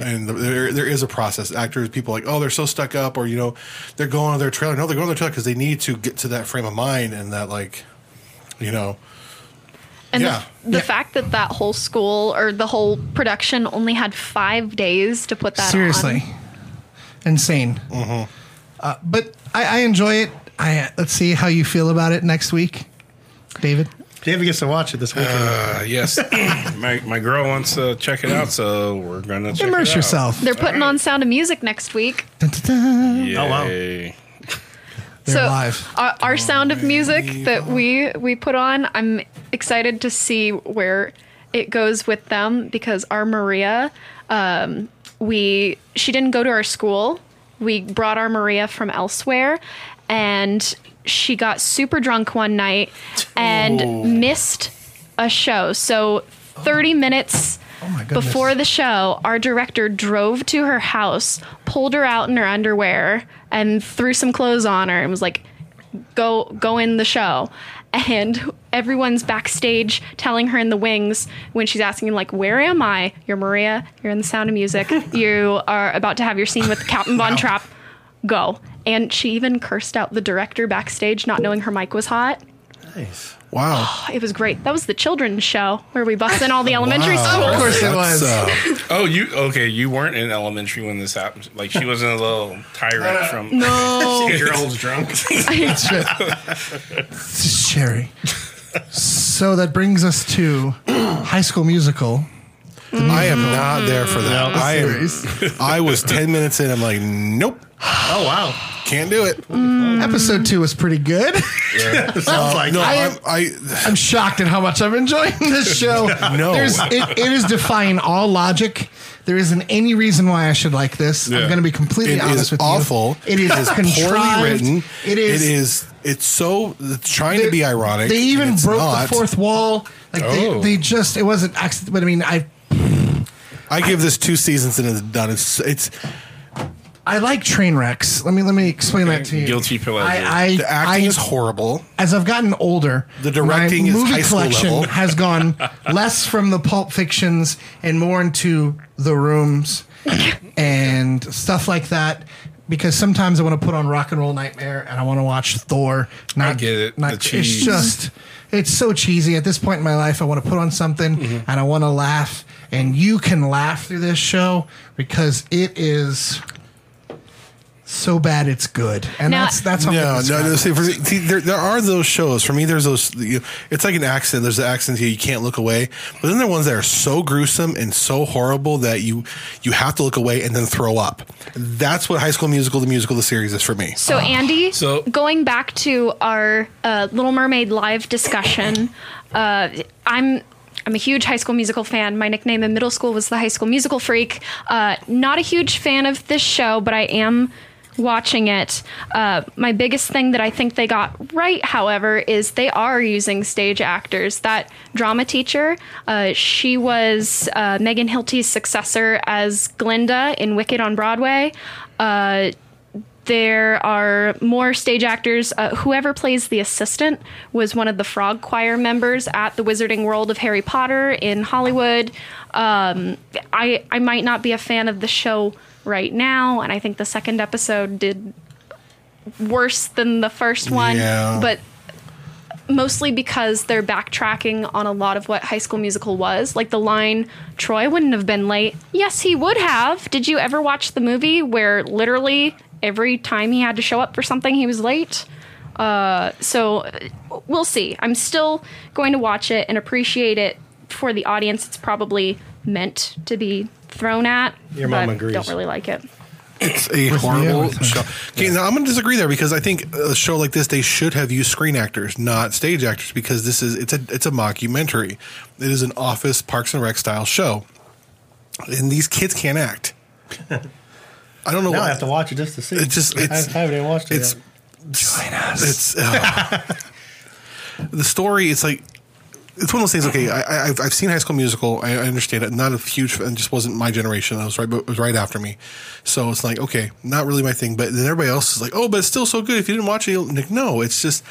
And the, there, there is a process. Actors, people like, oh, they're so stuck up, or you know, they're going on their trailer. No, they're going on their trailer because they need to get to that frame of mind and that like, you know,
And
Yeah.
the, the fact that that whole school or the whole production only had five days to put that
Seriously.
on.
Insane.
Mm-hmm.
Uh, but I, I enjoy it. I let's see how you feel about it next week, David.
David gets to watch it this weekend.
Uh, yes, my my girl wants to check it out, so we're gonna check it
Immerse
out.
yourself.
They're putting on Sound of Music next week.
Dun, dun, dun.
Yay.
wow.
They're
so
live.
Our, our sound of music that we we put on, I'm excited to see where it goes with them because our Maria, um, we she didn't go to our school. We brought our Maria from elsewhere, and she got super drunk one night and
Oh.
missed a show. So 30 minutes
Oh my goodness.
before the show, our director drove to her house, pulled her out in her underwear, and threw some clothes on her and was like, go go in the show and everyone's backstage telling her in the wings when she's asking like where am i you're maria you're in the sound of music you are about to have your scene with captain von trapp go and she even cursed out the director backstage not knowing her mic was hot
nice.
wow,
it was great that was the children's show where we bust in all the elementary
Wow.
Of
schools
course it was.
uh,
Oh, you okay? You weren't in elementary when this happened. Like she wasn't a little tyrant from.
No,
Eight year olds drunk.
This is Sherry. so that brings us to High School Musical.
I am not there for that. I am,
series.
I was ten minutes in. I'm like, nope,
Oh wow!
can't do it.
Episode two was pretty good.
Sounds like
Uh, No,
I am-
I'm, I
I'm shocked at how much I'm enjoying this show.
No.
There's, it, it is defying all logic. There isn't any reason why I should like this. I'm
Yeah.
going to be completely
It
honest
is
with
awful.
you. It is contrived.
poorly written.
It is.
It is. It's so it's trying to be ironic.
They
and
even
it's
broke
not.
the fourth wall. Like
Oh.
they, they just. It wasn't accident. But I mean, I
I give this two seasons and it's done. It's it's
I like train wrecks. Let me let me explain that to you.
Guilty pleasure.
I, I,
the acting
I-
is horrible.
as I've gotten older,
The directing
my
is
movie
high school
collection
level.
has gone less from the Pulp Fictions and more into the rooms and stuff like that. Because sometimes I want to put on Rock and Roll Nightmare and I want to watch Thor. Not,
get it.
Not,
The
It's
cheese.
just, it's so cheesy. At this point in my life, I want to put on something
Mm-hmm.
and I want to laugh. And you can laugh through this show because it is so bad it's good. And
Now-
that's that's how I'm gonna
No, no,
describe
no.
it.
See, for, see there, there are those shows. For me, there's those. You, it's like an accident. There's the accidents you, you can't look away, but then there are ones that are so gruesome and so horrible that you you have to look away and then throw up. That's what High School Musical, the musical, the series is for me.
So Andy,
So-
going back to our uh, Little Mermaid live discussion, uh, I'm I'm a huge High School Musical fan. My nickname in middle school was the High School Musical Freak. Uh, not a huge fan of this show, but I am watching it. Uh, my biggest thing that I think they got right, however, is they are using stage actors. That drama teacher, uh, she was uh, Megan Hilty's successor as Glinda in Wicked on Broadway. Uh, there are more stage actors. Uh, whoever plays the assistant was one of the frog choir members at the Wizarding World of Harry Potter in Hollywood. Um, I I might not be a fan of the show right now, and I think the second episode did worse than the first one.
Yeah.
But mostly because they're backtracking on a lot of what High School Musical was. Like the line, Troy wouldn't have been late. Yes, he would have. Did you ever watch the movie where literally every time he had to show up for something, he was late? Uh, so uh, we'll see. I'm still going to watch it and appreciate it for the audience. It's probably meant to be thrown at.
Your mom
but
agrees.
Don't really like it.
It's a horrible show. Okay, now I'm going to disagree there because I think a show like this they should have used screen actors, not stage actors, because this is it's a it's a mockumentary. It is an office Parks and Rec style show, and these kids can't act. I don't know.
oh, Now
why.
I have to watch it just to see.
It just-
I
it's-
haven't- I haven't even watched it.
it's
yet.
It's uh, the story. It's like it's one of those things. Okay, I, I, I've I've seen High School Musical. I, I understand it. Not a huge fan. Just wasn't my generation. I was right, but it was right after me. So it's like okay, not really my thing. But then everybody else is like, oh, but it's still so good. If you didn't watch it, you'll, like, no, it's just.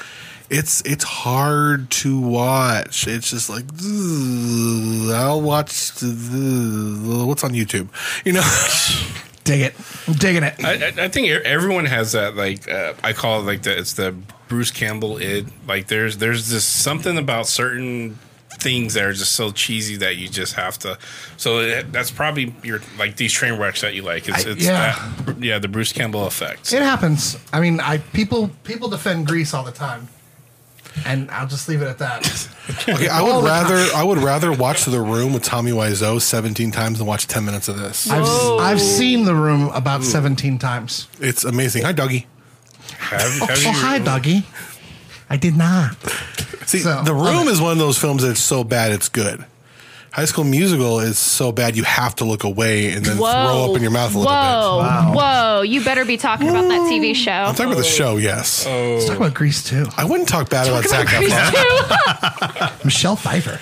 It's it's hard to watch. It's just like "Ugh, I'll watch the- what's on YouTube, you know.
Dig it. I'm digging it.
I, I- I think e- everyone has that. Like uh, I call it like the it's the Bruce Campbell id. Like there's there's just something about certain things that are just so cheesy that you just have to. So it, that's probably your like these train wrecks that you like. It's,
I-
it's
yeah.
that, yeah, the Bruce Campbell effect.
It happens. I mean, I people people defend Greece all the time, and I'll just leave it at that.
Okay, I
All
would
the time.
rather I would rather watch The Room with Tommy Wiseau 17 times than watch 10 minutes of this.
I've, I've seen the room about seventeen times.
It's amazing. Hi, Dougie.
Have,
Oh,
have you-
hi, Dougie. I did not.
See,
So-
The Room is one of those films that's so bad it's good. High School Musical is so bad you have to look away and then throw up in your mouth a little
whoa,
bit.
whoa! You better be talking about that TV show.
I'm talking about the show, yes.
Let's talk about Greece too.
I wouldn't talk bad about Zach
Grease
Efron.
too.
Michelle Pfeiffer,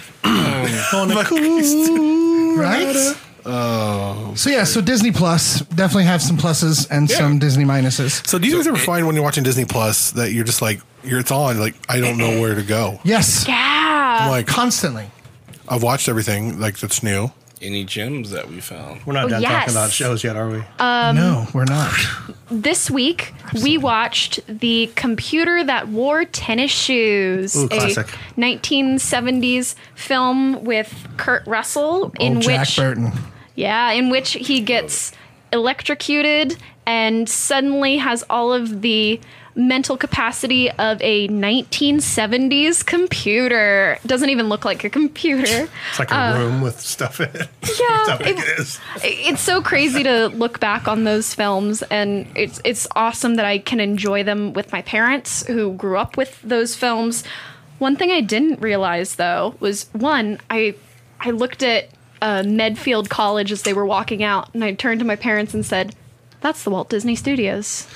right? Oh. So yeah, so Disney Plus definitely have some pluses and some Disney minuses.
So do you guys ever find when you're watching Disney Plus that you're just like you're it's on like I don't know where to go.
Yes,
Yeah.
I'm like
constantly.
I've watched everything like that's new.
any gems that we found?
We're not
Oh,
done
yes. Uh,
talking about shows yet, are we?
Um,
no, we're not.
This week, we watched The Computer That Wore Tennis Shoes,
Ooh,
a
classic.
1970s film with Kurt Russell, in
Old Jack
which
Burton.
yeah, in which he gets electrocuted and suddenly has all of the mental capacity of a 1970s computer. Doesn't even look like a computer.
It's like a
uh,
room with stuff in it. Yeah, That's how big it is.
it's so crazy to look back on those films and it's it's awesome that I can enjoy them with my parents who grew up with those films. One thing I didn't realize though was one, I I looked at uh, Medfield College as they were walking out and I turned to my parents and said, That's the Walt Disney Studios.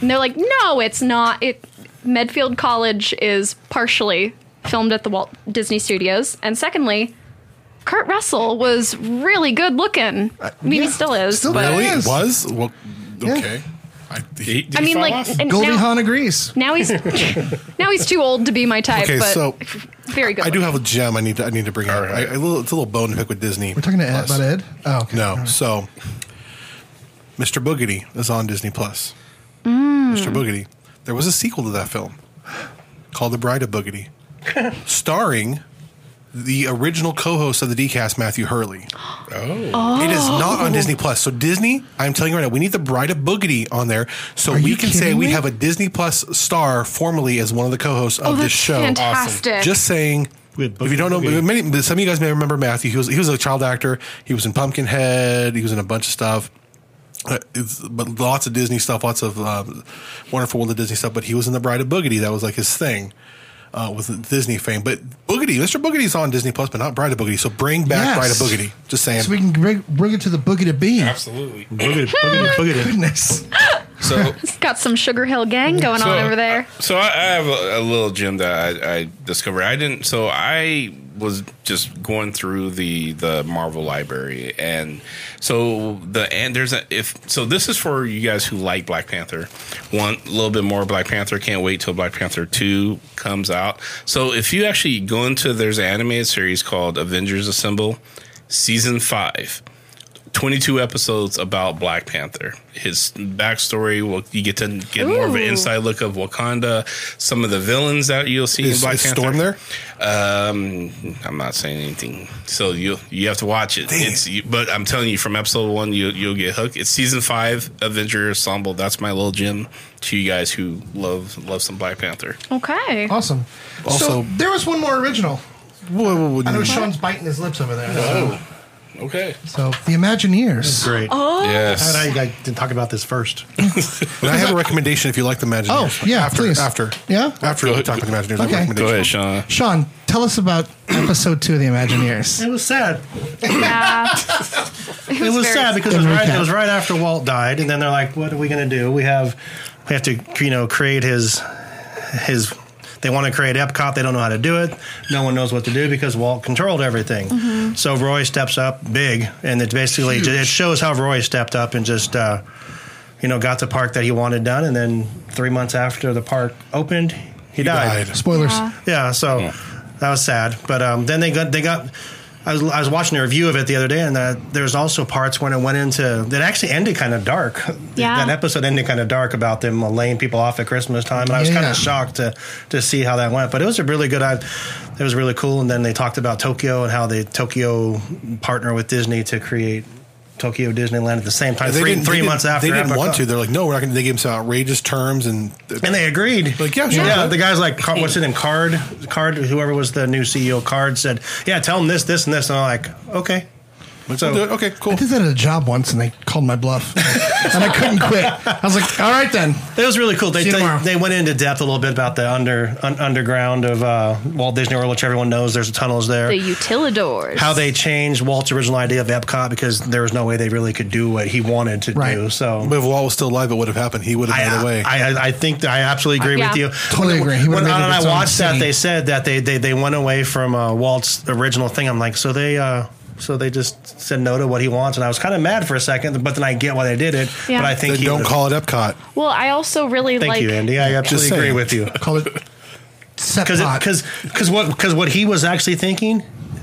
and they're like, No, it's not. It Medfield College is partially filmed at the Walt Disney Studios. And secondly, Kurt Russell was really good looking.
Uh,
I mean,
yeah.
he still is.
Still
but,
really? Yes.
Was? Well okay. I,
Did he- did
I
he
mean,
fall
like,
off?
and
Goldie
now,
Hawn agrees.
now he's now he's too old to be my type.
Okay,
but
so
very good.
I do
looking.
have a gem I need to I need to bring up. I, I little, it's a little bone to pick with Disney.
We're talking to Ed,
Plus.
about Ed. Oh, okay.
No, so Mr. Boogedy is on Disney Plus.
Mm.
Mr. Boogedy. There was a sequel to that film called The Bride of Boogedy, starring the original co-host of the DCast, Matthew Hurley.
Oh,
It is not on Disney Plus. So Disney, I'm telling you right now, we need The Bride of Boogedy on there so
Are
we
you
can say
kidding
we
me?
have a Disney Plus star formerly as one of the co-hosts of
oh,
this
that's
show.
fantastic.
Just saying.
We had
If you don't know,
Boogie.
many, but some of you guys may remember Matthew. He was he was a child actor. He was in Pumpkinhead. He was in a bunch of stuff. Uh, it's- but lots of uh, Disney stuff, lots of um, Wonderful World of Disney stuff. But he was in The Bride of Boogedy. That was like his thing. uh, with Disney fame. But Boogity, Mr. Boogity's on Disney Plus, but not Bride of Boogity. So bring back
Yes.
Bride of Boogity. Just saying.
So we can bring, bring it to the boogie to bean.
Absolutely.
Boogity, boogity, boogity.
Goodness.
So
It's got some Sugar Hill Gang going on over there.
So I, I have a, a little gym that I, I discovered. I didn't. So I was just going through the the Marvel library, and so the and there's a if so this is for you guys who like Black Panther, want a little bit more Black Panther. Can't wait till Black Panther two comes out. So if you actually go into there's an animated series called Avengers Assemble, season five. 22 episodes about Black Panther. His backstory, well, you get to get more of an
Ooh.
inside look of Wakanda, some of the villains that you'll see
Is
in Black
is Storm
Panther.
there?
Um, I'm not saying anything. So you you have to watch it. It's you, but I'm telling you from episode 1 you you'll get hooked. It's season 5 Avenger Ensemble. That's my little gem to you guys who love love some Black Panther.
uh,
Okay.
Awesome.
Also-
so there was one more original.
Whoa, whoa, whoa,
I know
Mm-hmm.
no.
Sean's biting his lips over there.
Oh.
Okay.
So the Imagineers.
Great.
Oh.
How
Yes.
did I, I didn't talk about this first?
But I have a recommendation if you like the Imagineers.
Oh, yeah,
after,
please.
After.
Yeah?
After we talk about the Imagineers, I have
Okay.
a
Go
recommendation.
ahead, Sean.
Sean, tell us about episode two of the Imagineers.
It was sad.
Yeah. it
It was
very-
sad because it was,
Good
right,
recap.
it was right after Walt died, and then they're like, "What are we going to do? We have, we have to, you know, create his, his. They want to create Epcot. They don't know how to do it. No one knows what to do because Walt controlled everything. So Roy steps up big, and it basically it shows how Roy stepped up and just, uh, you know, got the park that he wanted done, and then three months after the park opened, he, died.
Spoilers.
Yeah, so that was sad. But um, then they got they got. I was, I was watching a review of it the other day, and uh, there was also parts when it went into that actually ended kind of dark.
Yeah.
that episode ended kind of dark about them laying people off at Christmas time, and I was kind
Yeah.
of shocked to to see how that went. But it was a really good. I, it was really cool, and then they talked about Tokyo and how the Tokyo partner with Disney to create. Tokyo Disneyland at the same time,
They
three,
didn't,
three
they didn't-
months after
They didn't
Epcot.
want to. They're like, no, we're not going to. They gave him some outrageous terms and.
And they agreed.
Like, yeah, sure.
The guy's like, Car- what's it in Card? Card, whoever was the new CEO, of Card said, yeah, tell him this, this, and this. And I'm like, okay.
so,
So-
okay,
I
cool.
did that at a job once and they called my bluff. and I couldn't quit. I was like, all right then.
It was really cool. They,
See you
they,
tomorrow.
they went into depth a little bit about the under un, underground of uh, Walt Disney World, which everyone knows there's tunnels there.
The Utilidors.
how they changed Walt's original idea of Epcot because there was no way they really could do what he wanted to
Right.
do. So
But if Walt was still alive, it would have happened. He would have had a
I,
way.
I, I- I think that I absolutely agree
Yeah.
with you.
Totally agree. He
when
would've
when
made it
I
its own
watched that,
city.
they said that they, they, they went away from uh, Walt's original thing. I'm like, so they uh, so they just said no to what he wants, and I was kind of mad for a second, but then I get why they did it.
Yeah.
But I think
Then
he
don't
was-
call it Epcot.
well, I also really
Thank
like.
you, Andy. I absolutely
saying.
agree with you
Call it set pot.
because because what because what he was actually thinking.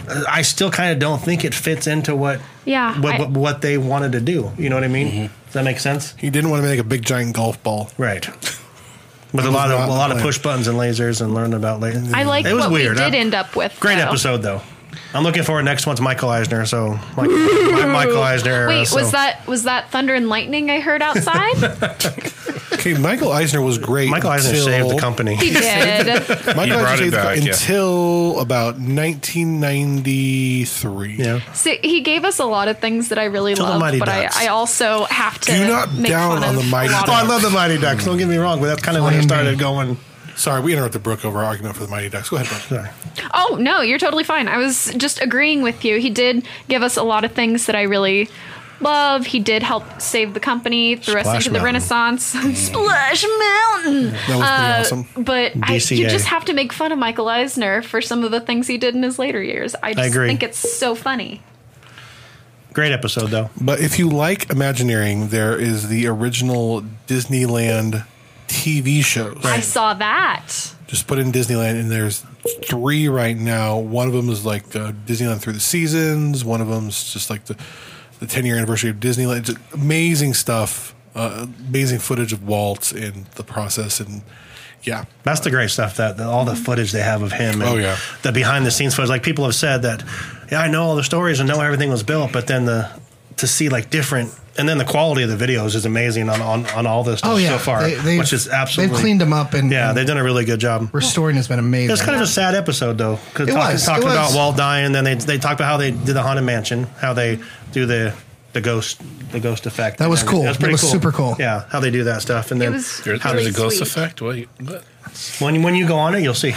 uh, I still kind of don't think it fits into what
Yeah,
what,
I-
what, what they wanted to do. You know what I mean? Does that make sense?
He didn't want to make a big giant golf ball.
Right. With a lot of
not
a lot of
planned.
push buttons and lasers and learn about lasers.
I like
It was
what
weird.
we did
I-
end up with.
Great
though.
episode though. I'm looking forward next one's Michael Eisner. So like, my- Michael Eisner. era,
Wait,
so-
was that was that thunder and lightning I heard outside?
Okay, Michael Eisner was great.
Michael Eisner
until-
saved the company?
he did.
Michael
He
Eisner
brought
saved the
it back,
company
yeah.
until about 1993.
Yeah.
So he gave us a lot of things that I really
Till the
love,
Mighty
but I,
Ducks.
I also have to
Do not
make
down
fun
on
of
the Mighty
a lot
Oh, I
of-
love the Mighty Ducks. Don't get me wrong, but that's kind of when it started going.
Sorry, we interrupted Brooke over our argument for the Mighty Ducks. Go ahead, Brooke.
Sorry.
Oh no, you're totally fine. I was just agreeing with you. He did give us a lot of things that I really love. He did help save the company, threw us
Splash
into the
Mountain.
Renaissance, Splash Mountain.
That was pretty
Uh,
awesome.
But I, you
DCA.
just have to make fun of Michael Eisner for some of the things he did in his later years. I just
agree.
think it's so funny.
Great episode though.
But if you like Imagineering, there is the original Disneyland TV shows.
I saw that.
Just put in Disneyland, and there's three right now. One of them is like the Disneyland through the seasons. One of them's just like the the 10 year anniversary of Disneyland. Just amazing stuff. Uh, amazing footage of Walt and the process, and yeah,
That's the great stuff. That, that all the footage they have of him. And
Oh, yeah.
The behind the scenes footage. Like people have said that. Yeah, I know all the stories and know how everything was built, but then the to see like different and then the quality of the videos is amazing on on, on all this stuff
oh, yeah.
so far,
they've-
which is absolutely
They've cleaned them up and
Yeah,
and
they've done a really good job.
restoring has been amazing.
It was kind of a sad episode, though. Cause
It
talking,
was,
talking
it was.
about Walt dying, then they they talked about how they did the haunted mansion, how they do the the ghost the ghost effect.
That was
and everything.
cool. That was super cool.
Yeah, how they do that stuff, and then
was-
There-
How
there's a
really
ghost
sweet.
effect. Wait, what?
when when you go on it, you'll see.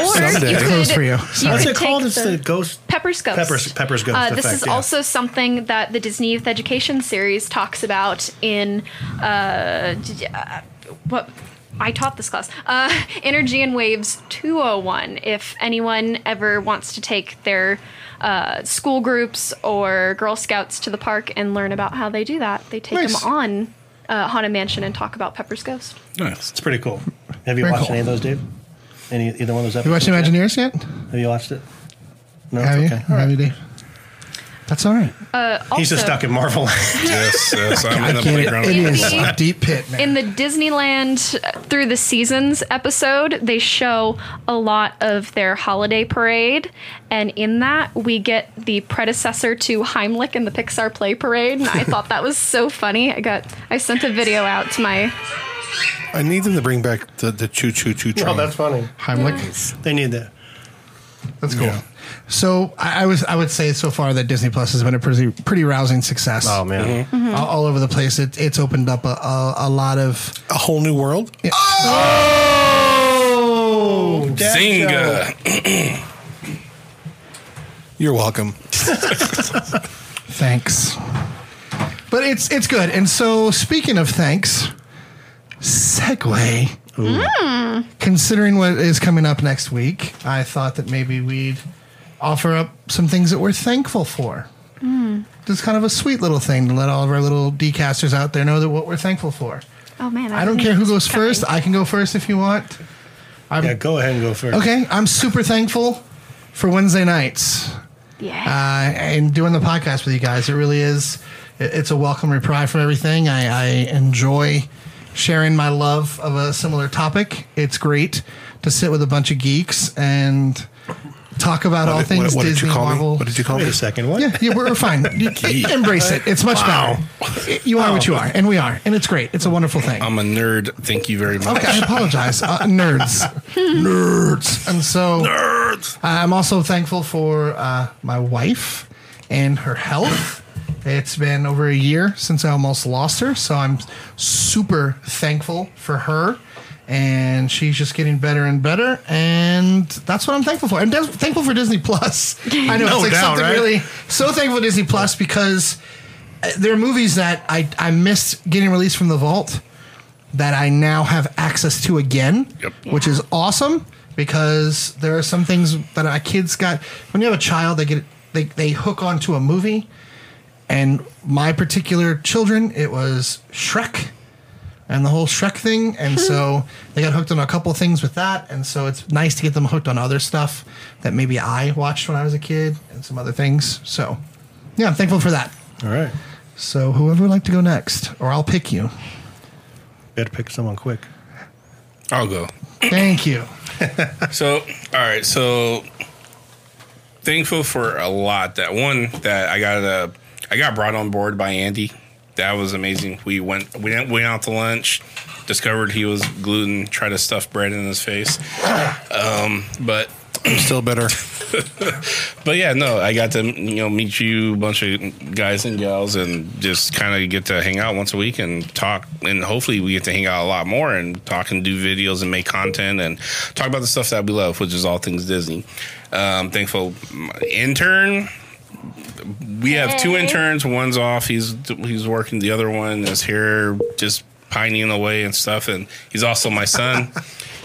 Or
Someday.
you could,
Close for you.
you
Sorry.
What's
could
it called?
take
It's the
the
ghost.
Pepper's Ghost.
Pepper's- Pepper's Ghost
Uh, this
effect,
is
yeah.
also something that the Disney Youth Education series talks about in uh, d- uh, what I taught this class uh, Energy and Waves 201. If anyone ever wants to take their uh, school groups or Girl Scouts to the park and learn about how they do that, they take
Nice.
them on uh, Haunted Mansion and talk about Pepper's Ghost.
Nice.
It's pretty cool. Have you
Very
watched
cool.
any of those, Dave? Any either one of those episodes?
You watched
yet?
Imagineers yet?
Have you watched it? No,
Have you?
it's okay.
Have you, Dave? That's all right.
Uh,
He's just
Also-
stuck in Marvel.
Yes, yes. I'm in the playground.
It is
In
a
the-
deep pit, man.
in the Disneyland uh, through the seasons episode, they show a lot of their holiday parade, and in that we get the predecessor to Heimlich in the Pixar Play Parade, and I thought that was so funny. I got I sent a video out to my
I need them to bring back the, the choo choo choo train.
oh, that's funny.
Heimlich.
They need that.
That's cool. So I, I was I would say so far that Disney Plus has been a pretty pretty rousing success.
Oh man,
all, all over the place. It, it's opened up a, a, a lot of
a whole new world. Oh!
Zinga.
You're welcome.
thanks, but it's it's good. And so speaking of thanks, segue. Considering what is coming up next week, I thought that maybe we'd offer up some things that we're thankful for. Just kind of a sweet little thing to let all of our little decasters out there know that what we're thankful for.
oh man
I don't
didn't
care who
even
goes
see that
first.
thing.
I can go first if you want. I'm,
Yeah, go ahead and go first.
Okay, I'm super thankful for Wednesday nights uh,
yeah.
and doing the podcast with you guys. It really is. it- It's a welcome reply for everything. I, I enjoy sharing my love of a similar topic. It's great to sit with a bunch of geeks and talk about all
What-
things
what, what did
Disney,
you call
Marvel.
me? What did you call
Wait
me?
a second. What?
Yeah, yeah, we're, we're fine. You- Embrace it. It's much better. You are what you are, and we are, and it's great. It's a wonderful thing.
I'm a nerd. Thank you very much.
Okay, I apologize. Uh, nerds. nerds. And so nerds. I'm also thankful for uh, my wife and her health. It's been over a year since I almost lost her, so I'm super thankful for her. And she's just getting better and better, and that's what I'm thankful for. I'm des- thankful for Disney Plus. I know
No
it's like
doubt,
something
right?
really so thankful for Disney Plus because uh, there are movies that I I missed getting released from the vault that I now have access to again,
Yep.
which is awesome because there are some things that our kids got. When you have a child, they get they they hook onto a movie, and my particular children, it was Shrek, and the whole Shrek thing, and so they got hooked on a couple things with that, and so it's nice to get them hooked on other stuff that maybe I watched when I was a kid and some other things. So, yeah, I'm thankful for that.
All right.
So whoever would like to go next, or I'll pick you.
Better pick someone quick.
I'll go.
Thank you.
So, all right. So, thankful for a lot. That one that I got uh, I got brought on board by Andy. That was amazing. We went we went, went out to lunch. Discovered he was gluten. Tried to stuff bread in his face. Um, but
I'm still bitter.
but yeah, no, I got to you know meet you a bunch of guys and gals and just kind of get to hang out once a week and talk and hopefully we get to hang out a lot more and talk and do videos and make content and talk about the stuff that we love, which is all things Disney. Um, thankful my intern. We have two interns. One's off. He's he's working. The other one is here, just pining away and stuff. And he's also my son.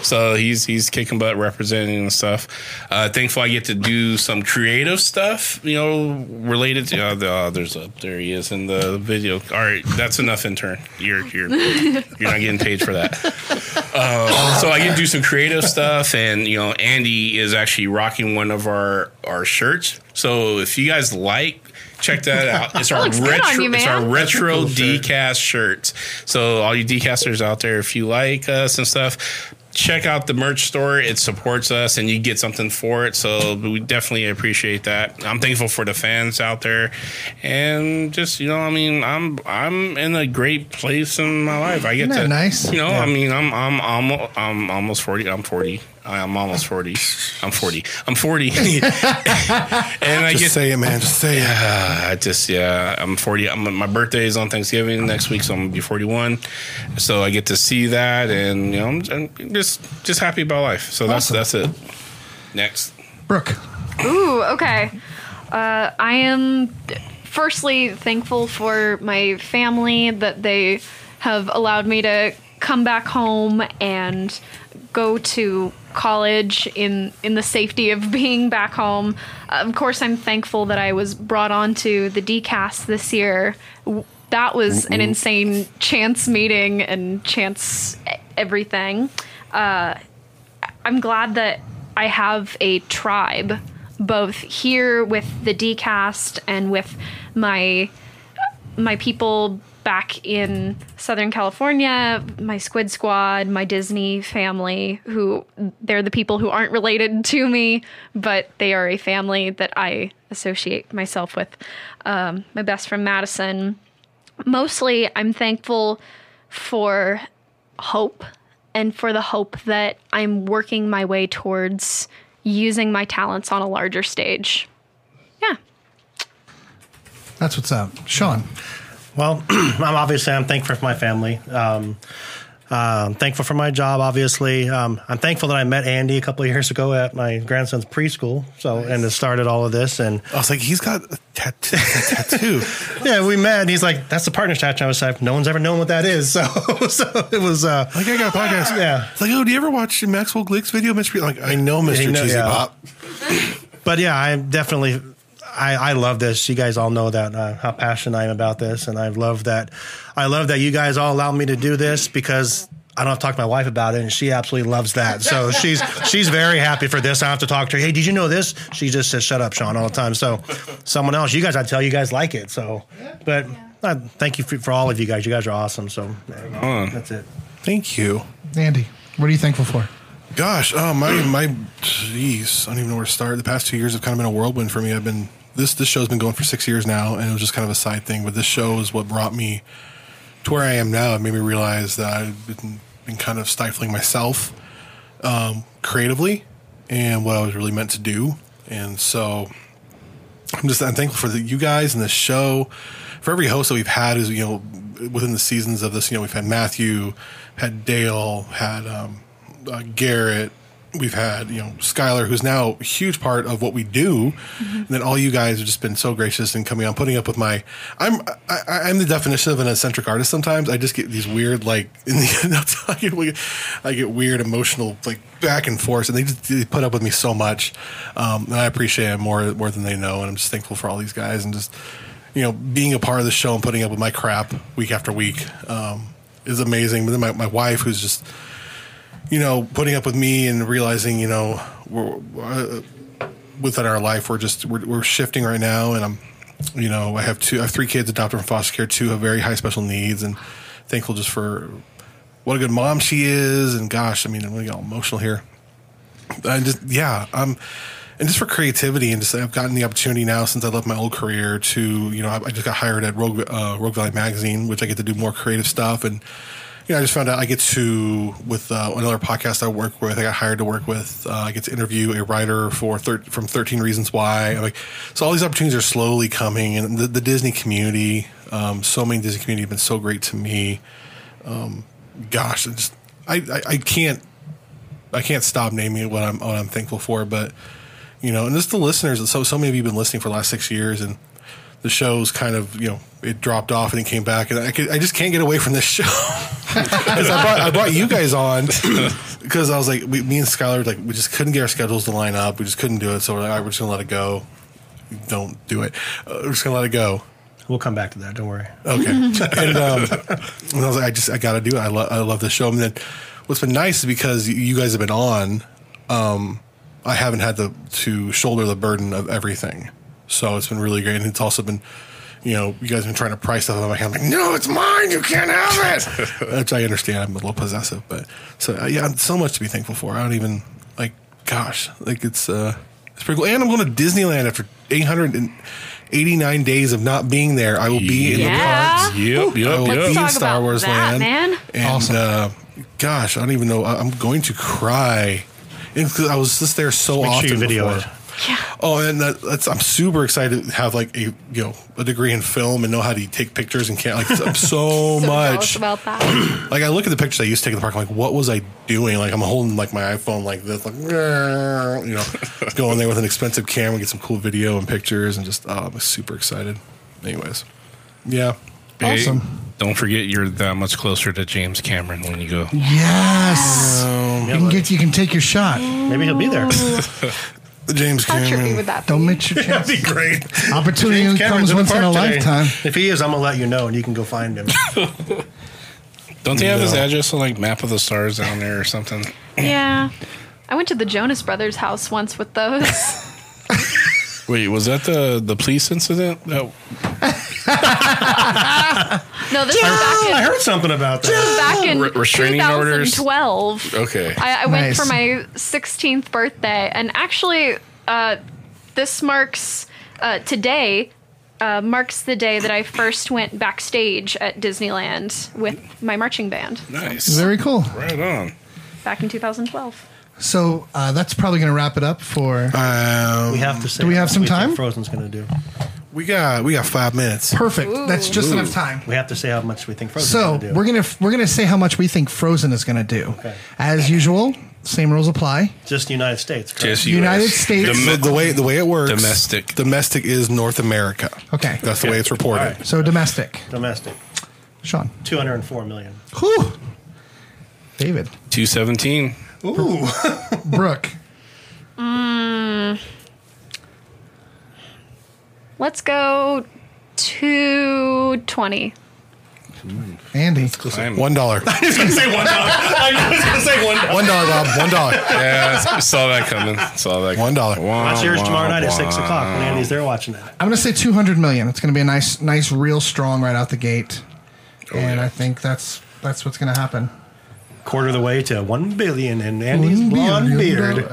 So he's he's kicking butt representing and stuff. Uh, thankful I get to do some creative stuff, you know, related to. Uh, the, uh, there's a there he is in the video. All right, that's enough, intern. You're you're you're not getting paid for that. Um, so I get to do some creative stuff, and you know, Andy is actually rocking one of our our shirts. So if you guys like. Check that out. It's our
looks Oh, good on
retro.
you,
it's our
man.
retro decast shirts. So all you decasters out there, if you like us and stuff, check out the merch store. It supports us, and you get something for it. So we definitely appreciate that. I'm thankful for the fans out there, and just you know, I mean, I'm I'm in a great place in my life. I get
Isn't that
to
nice?
You know, I mean, I'm I'm almost I'm almost forty. I'm forty. I'm almost 40. I'm 40. I'm 40. and I
Just
get
say it, man. Just say it.
I just yeah, I'm 40. I'm, my birthday is on Thanksgiving next week, so I'm gonna be 41. So I get to see that, and you know, I'm, I'm just just happy about life. So that's that's it. Next,
Brooke.
Ooh, okay. Uh, I am firstly thankful for my family that they have allowed me to come back home and go to college in in the safety of being back home. Of course, I'm thankful that I was brought onto the DCAS this year. W- That was an insane chance meeting and chance e- everything. I'm glad that I have a tribe, both here with the decast and with my my people back in Southern California, my Squid Squad, my Disney family, who they're the people who aren't related to me, but they are a family that I associate myself with. Um, my best friend Madison. Mostly, I'm thankful for hope and for the hope that I'm working my way towards using my talents on a larger stage. Yeah.
That's what's up. Sean.
Well, I'm obviously I'm thankful for my family. Um, uh, I'm thankful for my job. Obviously, um, I'm thankful that I met Andy a couple of years ago at my grandson's preschool. So and it started all of this. And
I was like, he's got a tattoo. tattoo.
yeah, we met. And he's like, "That's the partner tattoo." I was like, "No one's ever known what that is." So so it was. Uh,
Like I got a podcast.
Yeah.
It's like, oh, do you ever watch Maxwell Glick's video, Mystery? Like, I know Mr.
You know,
Cheesy
yeah.
Pop.
but yeah, I definitely, I, I love this. You guys all know that uh, how passionate I am about this, and I love that. I love that you guys all allow me to do this because I don't have to talk to my wife about it, and she absolutely loves that. So she's she's very happy for this. I don't have to talk to her. Hey, did you know this? She just says, "Shut up, Sean," all the time. So someone else, you guys, I tell you guys like it. So, but. Uh, thank you for, for all of you guys. You guys are awesome. So
on.
that's it.
Thank you.
Andy, what are you thankful for?
Gosh, oh my my, jeez, I don't even know where to start. The past two years have kind of been a whirlwind for me. I've been this this show's been going for six years now, and it was just kind of a side thing. But this show is what brought me to where I am now. It made me realize that I've been, been kind of stifling myself um, creatively and what I was really meant to do. And so I'm just I'm thankful for the, you guys and the show. For every host that we've had is you know within the seasons of this, you know we've had Matthew, had Dale, had um, uh, Garrett. We've had you know Skylar, who's now a huge part of what we do, and then all you guys have just been so gracious and coming on, putting up with my. I'm I, I- I'm the definition of an eccentric artist. Sometimes I just get these weird like in the end, I get weird, I get weird emotional like back and forth, and they just they put up with me so much, um, and I appreciate it more more than they know, and I'm just thankful for all these guys and just you know being a part of the show and putting up with my crap week after week um, is amazing. But then my, my wife, who's just you know, putting up with me and realizing, you know, we're, uh, within our life, we're just we're, we're shifting right now, and I'm, you know, I have two, I have three kids adopted from foster care, two have very high special needs, and thankful just for what a good mom she is, and gosh, I mean, I'm gonna get all emotional here. I just yeah, um, and just for creativity and just I've gotten the opportunity now since I left my old career to you know I, I just got hired at Rogue uh, Rogue Valley Magazine, which I get to do more creative stuff and. You know, I just found out I get to with uh, another podcast I work with. I got hired to work with. Uh, I get to interview a writer for thir- from Thirteen Reasons Why. I'm like, so all these opportunities are slowly coming, and the, the Disney community, um, so many Disney community have been so great to me. Um, gosh, I just I, I, I can't I can't stop naming what I'm what I'm thankful for, but you know, and just the listeners. So so many of you have been listening for the last six years, and the show's kind of you know it dropped off and it came back, and I could, I just can't get away from this show because I brought I brought you guys on because I was like we, me and Skylar like we just couldn't get our schedules to line up, we just couldn't do it, so we're like all right, we're just gonna let it go. Don't do it. Uh, we're just gonna let it go.
We'll come back to that. Don't worry.
Okay. and, um, and I was like, I just, I got to do it. I, lo- I love this show. And then what's been nice is because you guys have been on, um, I haven't had to, to shoulder the burden of everything. So it's been really great. And it's also been, you know, you guys have been trying to price stuff out of my hand. I'm like, no, it's mine. You can't have it. Which I understand. I'm a little possessive, but so uh, yeah, so much to be thankful for. I don't even like, gosh, like it's, uh, it's pretty cool. And I'm going to Disneyland after 889 days of not being there. I will be in the park. I
yep,
Yeah.
will
yep,
be
yep.
in
talk
Star
about
Wars
that,
land.
man.
And uh, gosh, I don't even know. I, I'm going to cry. It's 'cause I was just there so
Make
often.
sure you video
before.
it.
Oh, and that, that's I'm super excited to have like a you know a degree in film and know how to take pictures and can't like so, so
So jealous
much.
about that.
Like I look at the pictures I used to take in the park. I'm like, what was I doing? Like I'm holding like my iPhone like this, like "Grrr," you know, going there with an expensive camera, get some cool video and pictures, and just oh, I'm super excited. Anyways, yeah,
Hey,
Awesome.
don't forget you're that much closer to James Cameron when you go.
Yes.
Yeah,
you can
but
get you can take your shot.
maybe he'll be there.
James
How trippy
Cameron.
would that be?
Don't miss your chance.
That'd be great.
Opportunity
James
comes
Cameron's in the
once in a
park today.
lifetime.
If he is, I'm gonna let you know, and you can go find him.
Don't they have his
No.
address on like Map of the Stars down there or something?
Yeah. I went to the Jonas Brothers house once with those.
Wait, was that the the police incident? That,
No, this was
Oh,
back in,
I heard something about that. Oh,
back in
Re- restraining orders?
2012.
okay.
I, I went
Nice.
for my 16th birthday, and actually, uh, this marks uh, today uh, marks the day that I first went backstage at Disneyland with my marching band
nice.
Very cool.
right on.
back in 2012.
So uh, that's probably going to wrap it up for
Um,
We have to say.
Do we have
what
some
think
time?
Frozen's gonna do.
we got we got five minutes.
perfect. That's just
Ooh.
enough time.
We have to say how much we think Frozen's
So
gonna do.
we're gonna we're gonna say how much we think Frozen is gonna do.
Okay.
As usual, same rules apply.
just the United States. correct?
Just
United
US.
States.
So the way the way it works
Domestic.
domestic is North America.
Okay.
that's the way it's reported.
All right.
So domestic,
domestic.
Sean.
Two hundred and four million.
Whew. David.
217.
Ooh.
Brooke.
Let's go 220.
Andy.
I'm-
One dollar.
say one dollar. I was gonna say one dollar.
One dollar, Bob. One dollar.
Yeah, I saw that coming. Saw that.
One dollar.
Watch yours tomorrow night at six o'clock when Andy's there watching it.
I'm gonna say 200 million. It's gonna be a nice, nice, real strong right out the gate, and
yeah.
I think that's that's what's gonna happen.
Quarter of the way to one billion in Andy's blonde beard.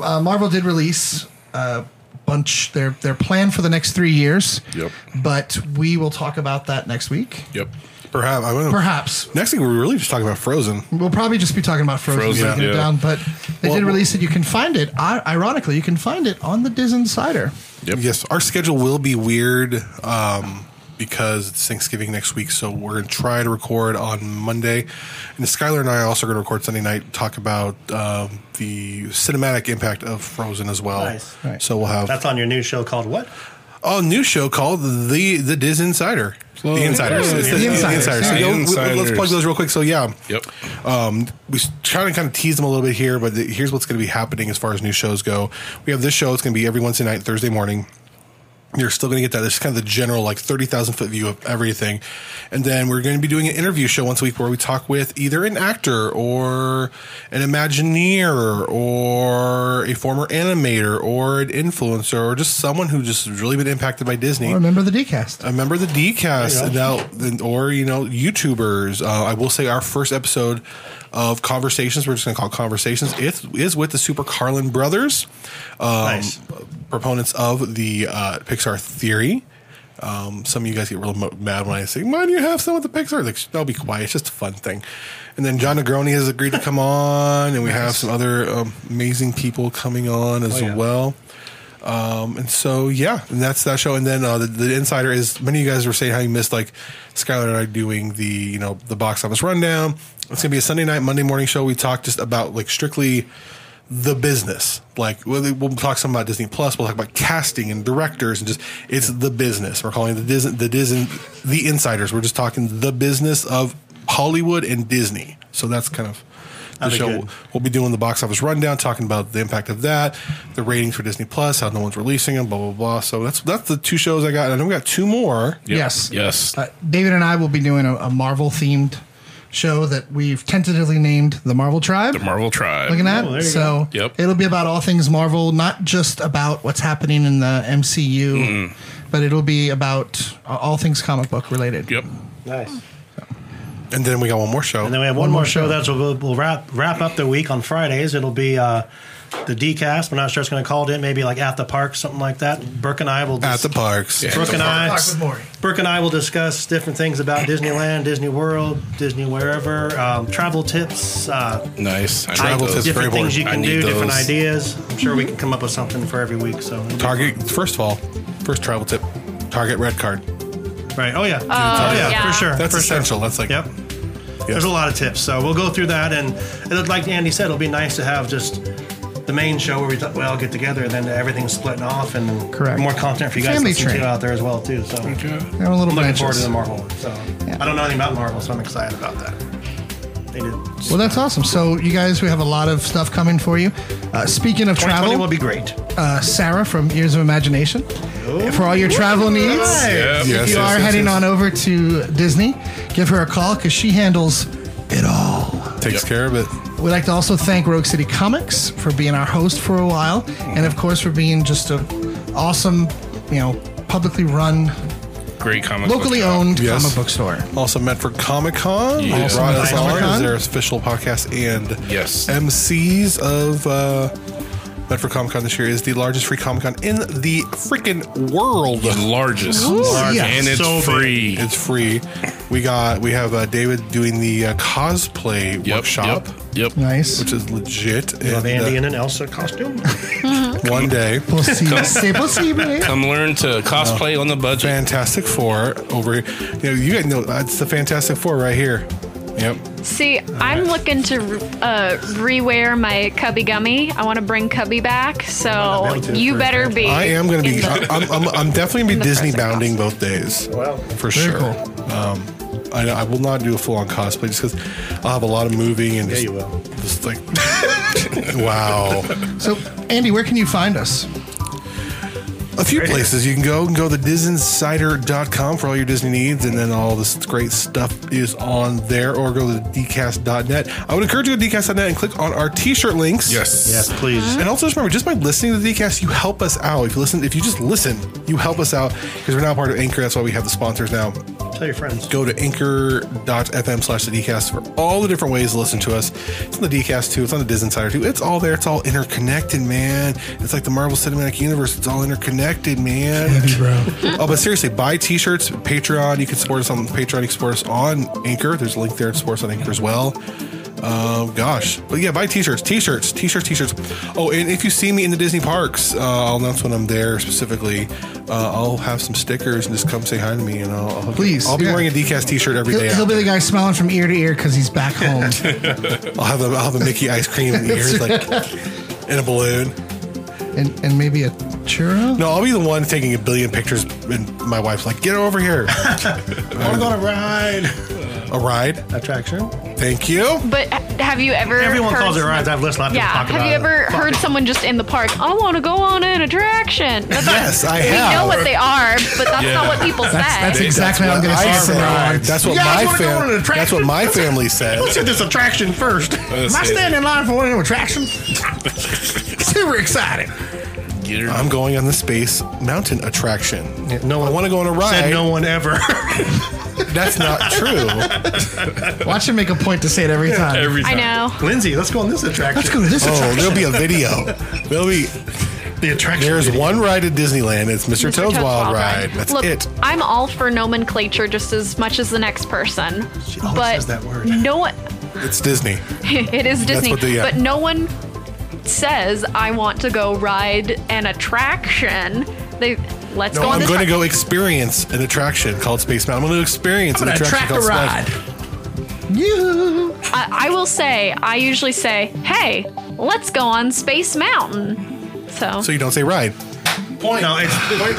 Uh, Marvel did release a bunch their their plan for the next three years.
Yep.
But we will talk about that next week.
Yep.
Perhaps. I don't know.
Perhaps
Next thing, we're really just talking about Frozen.
we'll probably just be talking about Frozen,
Frozen,
breaking it
yeah.
down. But they
Well,
did release it. You can find it. I, ironically, you can find it on the Diz Insider.
Yep.
Yes, our schedule will be weird um, because it's Thanksgiving next week, so we're going to try to record on Monday. And Skylar and I are also going to record Sunday night, talk about um, the cinematic impact of Frozen as well.
Nice.
Right.
So we'll have
That's on your new show called what?
a new show called the the Diz Insider. The Insiders. It's
The Insiders.
So
The
go- we- Let's
Insiders.
plug those real quick. So yeah,
Yep.
um, we s- try to kind of tease them a little bit here, but the, here's what's going to be happening as far as new shows go. We have this show. It's going to be every Wednesday night, Thursday morning. You're still going to get that. It's kind of the general, like 30,000 foot view of everything. And then we're going to be doing an interview show once a week where we talk with either an actor or an Imagineer or a former animator or an influencer or just someone who just has really been impacted by Disney.
Remember the DCast.
I remember the DCast now, then- or you know, YouTubers. Uh, I will say our first episode of conversations. We're just going to call it conversations. It is with the Super Carlin brothers, um,
nice.
proponents of the uh, Pixar theory. Um, some of you guys get real mo- mad when I say, "Why do you have some of the Pixar?" Like, that'll be quiet. It's just a fun thing. And then John Negroni has agreed to come on, and we have some other um, amazing people coming on as
yeah.
well. Um, and so yeah, and that's that show. And then uh, the, the insider is many of you guys were saying how you missed like Skylar and I doing the you know the box office rundown. It's gonna be a Sunday night, Monday morning show. We talk just about like strictly the business. Like we'll, we'll talk some about Disney Plus. We'll talk about casting and directors and just it's the business. We're calling it the Disney the Disney the insiders. We're just talking the business of Hollywood and Disney. So that's kind of the
That'd be
show.
good.
We'll be doing the box office rundown, talking about the impact of that, the ratings for Disney Plus, how no one's releasing them, blah blah blah. So that's that's the two shows I got. And I know we got two more.
Yep.
Yes.
Yes.
Uh, David and I will be doing a, a Marvel themed show that we've tentatively named the Marvel Tribe.
the Marvel Tribe.
Look at that.
Oh, there you
so
go. Yep.
it'll be about all things Marvel, not just about what's happening in the MCU,
Hmm.
but it'll be about uh, all things comic book related.
Yep.
Nice.
And then we got one more show.
And then we have one, more show. That's what we'll, we'll wrap wrap up the week on Fridays. It'll be uh, the decast. We're not sure it's going to call it. Maybe like at the park, something like that. Burke and I will
At
just,
the parks.
Brooke and I
Talk with Maury.
Brooke and I will discuss different things about Disneyland, Disney World, Disney wherever, um, travel tips, uh,
Nice. I
Travel
need those.
tips. very
different
important.
things you
I
can
need
do, different
those.
ideas. I'm sure we can come up with something for every week. So it'll be
Target, first of all, first travel tip Target red card.
fun. right? Oh yeah, oh yeah,
yeah.
for sure.
That's
for
essential. That's like,
Sure. Yep. There's a lot of tips, so we'll go through that, and it'll, like Andy said, it'll be nice to have just the main show where we, t- we all get together, and then everything's splitting off, and
Correct.
more content for you guys
Family
to listen
train.
to out there as well too. So
They're a little
I'm looking forward
branches.
to the Marvel. one, So I don't know anything about Marvel, so I'm excited about that. They did.
Well, that's awesome. So, you guys, we have a lot of stuff coming for you. Uh, speaking of
2020
travel,
will be great.
uh, Sarah from Years of Imagination, for all your travel needs.
Yep.
Yes,
if you
yes,
are
yes,
heading
yes.
on over to Disney, give her a call because she handles it all.
Takes care of it.
We'd like to also thank Rogue City Comics for being our host for a while, and of course for being just a awesome, you know, publicly run,
Great comic. book
locally
shop.
owned
Yes.
comic book store.
Also met for Comic Con.
Yeah.
They
Also
Brought
met
us
for
on
Comic-Con.
as their official podcast and
Yes.
MCs of uh, Medford Comic Con this year is the largest free Comic Con in the freaking world.
The largest.
yeah.
And it's
So big.
free.
It's free. We got we have uh, David doing the uh, cosplay
Yep.
workshop,
Yep. yep.
Nice.
which is legit.
You have
And,
Andy
uh,
in an Elsa costume.
one day.
Possible, c'est possible.
Come learn to cosplay on the budget.
Fantastic Four over here. You, know, you guys know that's the Fantastic Four right here. Yep.
See, I'm looking to uh, rewear my Cubby Gummy. I want to bring Cubby back, so
able to
you
for
better be.
I am going to
in
be. I,
the-
I'm, I'm, I'm definitely going to
In
be
the
Disney
frozen
bounding
costume.
both days.
Wow.
For sure.
cool.
Um, I, I will not do a full on cosplay just because I'll have a lot of moving and
yeah,
just,
you will.
just like, wow.
So, Andy, where can you find us?
A few places you can go. You can go to disinsider.com for all your Disney needs, and then all this great stuff is on there, or go to dcast.net. I would encourage you to go to dcast.net and click on our t shirt links.
Yes.
Yes, please.
And also just remember, just by listening to the DCast, you help us out. If you listen, if you just listen, you help us out because we're now part of Anchor. That's why we have the sponsors now.
Tell your friends.
Go to anchor.fm slash the DCast for all the different ways to listen to us. It's on the DCast too. It's on the Diz Insider too. It's all there. It's all interconnected, man. It's like the Marvel Cinematic Universe. It's all interconnected, man. oh, but seriously, buy t-shirts, Patreon. You can support us on Patreon. You can support us on Anchor. There's a link there to support us on Anchor as well. Um, gosh, but yeah, buy t-shirts, t-shirts, t-shirts, t-shirts. Oh, and if you see me in the Disney parks, uh, I'll announce when I'm there specifically. Uh, I'll have some stickers and just come say hi to me, and I'll, I'll
Please,
I'll be
yeah.
wearing a decast t-shirt every
He'll,
day.
he'll be the guy smiling from ear to ear because he's back home.
I'll have a I'll have a Mickey ice cream in the ears, like in a balloon.
and, and maybe a churro?
No, I'll be the one taking a billion pictures, and my wife's like, "Get over here,
I'm going to ride
a ride."
attraction.
Thank you.
But h- have you ever?
Everyone
heard
calls it
some-
rides. I've listened. I've been
Yeah.
talking
Have
about
you ever heard someone just in the park? I want to go on an attraction. That's not-
Yes, I
we
have.
know what they are, but that's not what people say.
That's exactly what I'm going to
I
say from now
said,
on.
that's what
You guys
my
wanna go on
family.
an
That's what my family said.
Let's hit this attraction first.
Let's see.
in line for one of the attractions? Super excited.
Get her-
I'm going on the space mountain attraction.
no
I
one
want to go on a
said
ride.
no one ever.
That's not true.
Watch him make a point to say it every time.
Every
I
time.
know.
Lindsay, let's go on this attraction.
Let's go to this
oh,
attraction.
there'll be a video. There'll be.
The attraction.
There's one ride at Disneyland. It's Mr.
Mr.
Toad's,
Toad's
Wild,
Wild
Ride. That's
Look,
it.
I'm all for nomenclature just as much as the next person.
always
but
says that word.
no one,
It's Disney.
it is Disney,
what they- yeah.
but no one says I want to go ride an attraction. They let's
No,
go on
I'm
this.
going to
ride.
go experience an attraction called Space Mountain. I'm going to experience an attraction called Splash.
You.
I, I will say, I usually say, "Hey, let's go on Space Mountain." So,
So you don't say ride.
point. No, it's the,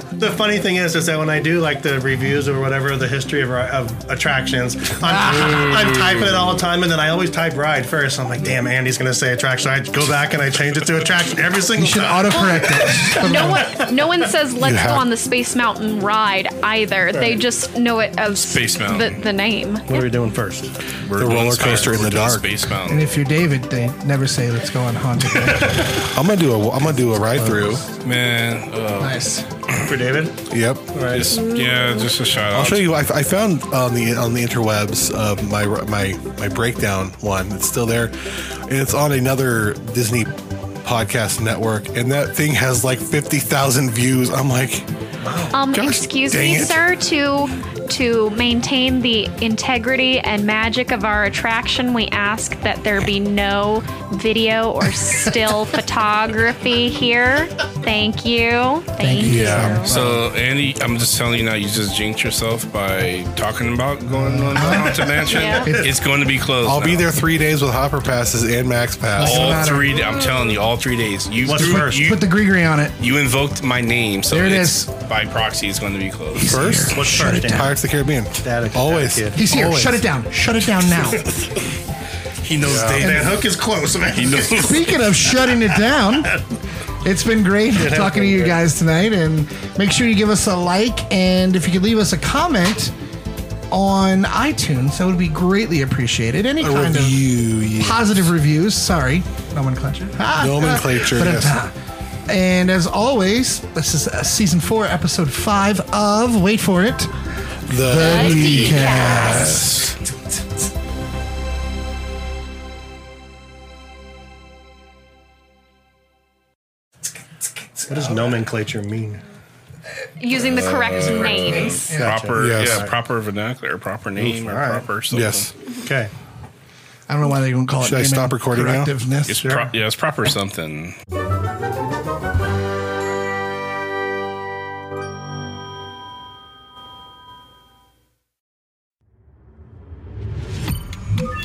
the, the funny thing is, is that when I do like the reviews or whatever, the history of, our- of attractions, I'm, I'm typing it all the time, and then I always type ride first. I'm like, damn, Andy's gonna say attraction. I go back and I change it to attraction every single
You should
time.
autocorrect it.
no one, no one says let's
have-
go on the Space Mountain ride either. They just know it as
Space Mountain.
the, the name.
what are we doing first?
We're
The
doing
roller
Sky-
coaster in
we're
the
doing
dark.
Space
and
Mountain.
if you're David, they never say, let's go on Haunted. Mansion."
I'm going to do a. I'm going to do a
Uh,
ride through.
Man. Oh.
nice.
For David,
Yep.
Just, yeah, just a shout
I'll
out.
show you. I, I found on the on the interwebs uh, my my my breakdown one. It's still there, and it's on another Disney podcast network, and that thing has like fifty thousand views. I'm like,
Um,
Gosh,
excuse
dang
me,
it.
sir, to to maintain the integrity and magic of our attraction, we ask that there be no video or still photography here. Thank you. Thank, you.
yeah.
So Andy, I'm just telling you now. You just jinxed yourself by talking about going on the haunted mansion.
Yeah.
It's going to be closed.
I'll be
now.
there three days with hopper passes and max pass.
Oh.
All
matter.
three. I'm telling you, all three days. You
What's
threw-
first?
You,
Put the grigri on it.
you invoked my name, so
There it
it's
is.
by proxy. It's going to be closed.
First,
What's first? Dan?
Pirates of the Caribbean.
That- that
Always.
kid.
He's here.
Always.
Shut it down. Shut it down now.
He knows Dave.
That hook is close, man.
He knows.
Speaking of shutting it down, it's been great talking to you guys tonight. And make sure you give us a like. And if you could leave us a comment on iTunes, that would be greatly appreciated. Any
A
kind
review.
of
Yeah.
positive reviews. Sorry, nomenclature. Ah,
Nomenclature,
ah,
yes.
ba-da-da. And as always, this is uh, season four, episode five of Wait for It.
The
What does nomenclature mean?
Using the correct
Uh,
names.
proper,
Yes.
yeah, proper vernacular, proper name, or
all right.
proper something.
Yes.
Okay.
I don't know why they don't call it.
Should I
name
stop recording now?
correctiveness.
It's pro- yeah, it's proper something.